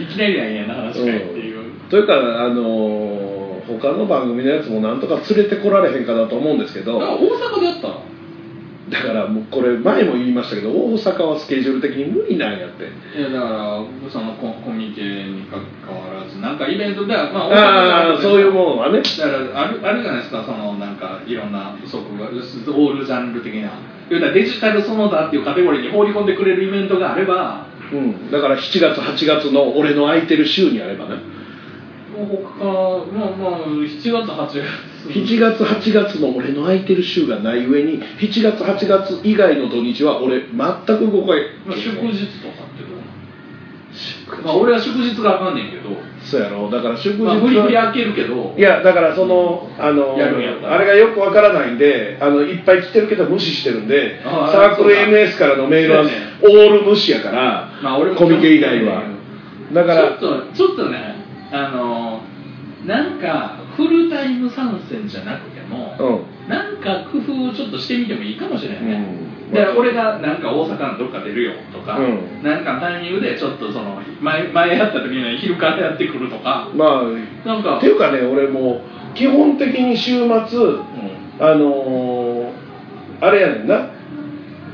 S2: いきなり来年の話かいっていう、
S1: というかあのー他の番組のやつもなんとか連れてこられへんかなと思うんですけど
S2: あ大阪でやったの
S1: だからもうこれ前も言いましたけど大阪はスケジュール的に無理なんやって
S2: いやだからそのココミケにかかわらずなんかイベントではまあ
S1: ああそういうものはね
S2: だからあるあるじゃないですかそのなんかいろんな不足がオールジャンル的な言うたらデジタルその他っていうカテゴリーに放り込んでくれるイベントがあれば
S1: うんだから7月8月の俺の空いてる週にあればね
S2: 他まあまあ7月8月
S1: 7月8月の俺の空いてる週がない上に7月8月以外の土日は俺全く動かへん
S2: まあ祝日とかってどう
S1: 祝
S2: な
S1: 日
S2: のまあ俺は祝日があかんねんけど
S1: そうやろだから祝日
S2: ま
S1: は
S2: あ無理に開けるけど
S1: いやだからそのあの
S2: やるんやったら
S1: あれがよくわからないんであのいっぱい来てるけど無視してるんで
S2: ああ
S1: サークル
S2: そうか
S1: MS からのメールはオ
S2: そうやね
S1: ール無視やから、
S2: まあ俺も
S1: コミケ以外はだから
S2: ちょっとちょっとねあのなんかフルタイム参戦じゃなくても、
S1: うん
S2: なんか工夫をちょっとしてみてもいいかもしれないね、
S1: うん
S2: だから俺がなんか大阪のどっか出るよとか、
S1: うん
S2: なんかのタイミングでちょっとその前前やった時には昼からやってくるとか
S1: ま
S2: なん
S1: あ
S2: か
S1: っていうかね俺もう基本的に週末
S2: うん
S1: あのーあれやねんな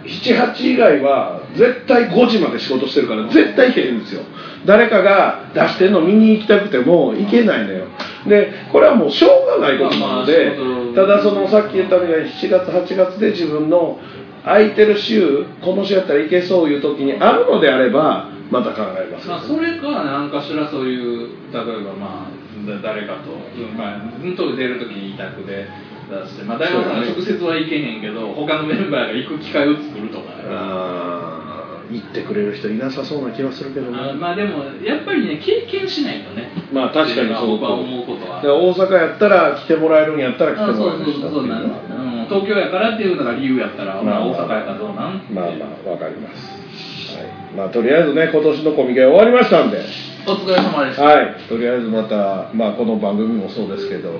S1: 78以外は絶対5時まで仕事してるから絶対行けへんんですよ誰かが出してんの見に行きたくても行けないのよでこれはもうしょうがないことなので
S2: まあまあ仕
S1: た
S2: 事
S1: だそのさっき言ったみたいに7月8月で自分の空いてる週この週やったらいけそういう時にあるのであればまた考えます
S2: まあ、それか何かしらそういう例えばまあだ誰かと、うんまあ、うんと出るときに委託で出して、まあ、大学さんは直接は行けへんけど、他のメンバーが行く機会を作るとか
S1: あ行ってくれる人いなさそうな気はするけど
S2: あ
S1: ね
S2: まあでもやっぱりね経験しないとね
S1: まあ確かにそう
S2: 僕は思うことは
S1: だから大阪やったら来てもらえるんやったら来
S2: あ
S1: て
S2: そう
S1: もらえ
S2: そう
S1: る
S2: そ
S1: 人
S2: う
S1: っていう
S2: な
S1: の
S2: ん
S1: は
S2: だ、うん、東京やからっていうのが理由やったら、
S1: ま
S2: ま
S1: あま
S2: あ、
S1: あ
S2: 大阪やからどうなんっていう
S1: まあまあわかります、はい、まあとりあえずね今年のコミケ終わりましたんで
S2: お疲れ様です
S1: はい、とりあえずまた、まあ、この番組もそうですけど、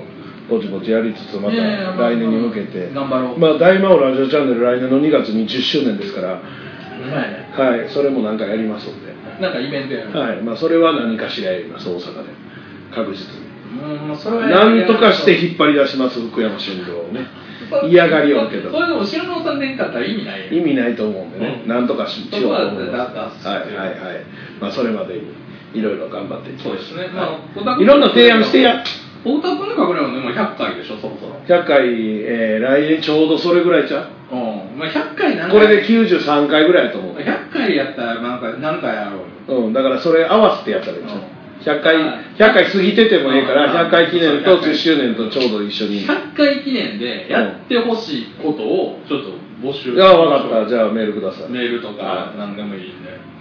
S1: ぼちぼちやりつつ、また
S2: いやいやまあ
S1: 来年に向けて、
S2: 頑張ろう
S1: まあ、大魔王ラジオチャンネル、来年の2月に10周年ですから、
S2: は
S1: はい、それもなんかやりますんで、
S2: いなんかイベントやる、
S1: はいまあ、それは何かしらやります、大阪で、確実に。
S2: うんもうそれはや
S1: な
S2: る
S1: んとかして引っ張り出します、福山新郎をね、嫌がりよるけど
S2: それでも白野さんでんかったら意味ない
S1: 意味ないと思うんでね、
S2: うん
S1: なんとかししようと思います。
S2: そこ
S1: は
S2: はい
S1: はいはい、まあ、それまでにいろいろ頑張っていき
S2: そう
S1: ま
S2: ですすね、
S1: は
S2: まあ、小田
S1: い、い
S2: 君
S1: ろんな提案してや。
S2: 太田君のかこれはねもう100回でしょそろそろ
S1: 100回、えー来年ちょうどそれぐらいちゃう
S2: うんまあ100回なんか
S1: これで93回ぐらいやと思う、
S2: 100回やったらなんかなんかやろうよ
S1: うん、だからそれ合わせてやったらいいじゃん100回
S2: はい
S1: 100回過ぎててもええから100回記念と
S2: そう100
S1: 10周年とちょうど一緒にあ
S2: 100回記念でやってほしいことをちょっと募集
S1: 分かったじゃあメールください
S2: メールとか
S1: は
S2: 何でもいいんで、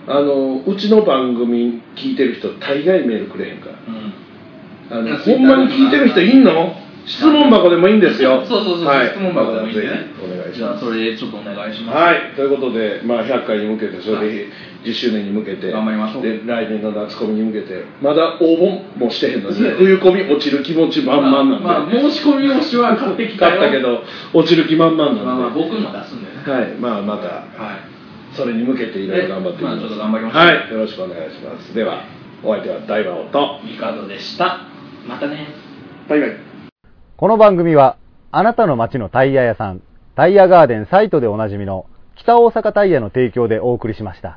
S1: あのうちの番組聞いてる人大概メールくれへんから
S2: うん、
S1: あの
S2: いや
S1: ほんまに聞いてる人いんの質問箱でもいいんですよ
S2: そうそうそう、
S1: はい、
S2: 質問箱でもいいんでね
S1: ぜひお願いし
S2: じ
S1: ます
S2: ゃあそれでちょっとお願いします
S1: はい、ということで、まあ、100回に向けて、それで10周年に向けて、
S2: 頑張りましょう
S1: で来年の夏コミに向けて、まだ応募もしてへんのに、冬コミ落ちる気持ち満々なんで、
S2: まあ、まあ申し込み用紙は買ってきた
S1: 買
S2: よ
S1: ったけど、落ちる気満々
S2: まあま
S1: な
S2: あ
S1: んで、
S2: 僕も出すんでね
S1: はい、まあ、また、
S2: はい
S1: それに向けていろいろ頑張っていき
S2: まあちょっと頑張りましょう
S1: はい、よろしくお願いします。では、お相手は大魔王と、
S2: ミカドでしたまたね
S1: バイバイ。
S8: この番組は、あなたの街のタイヤ屋さん、タイヤガーデンサイトでおなじみの、北大阪タイヤの提供でお送りしました。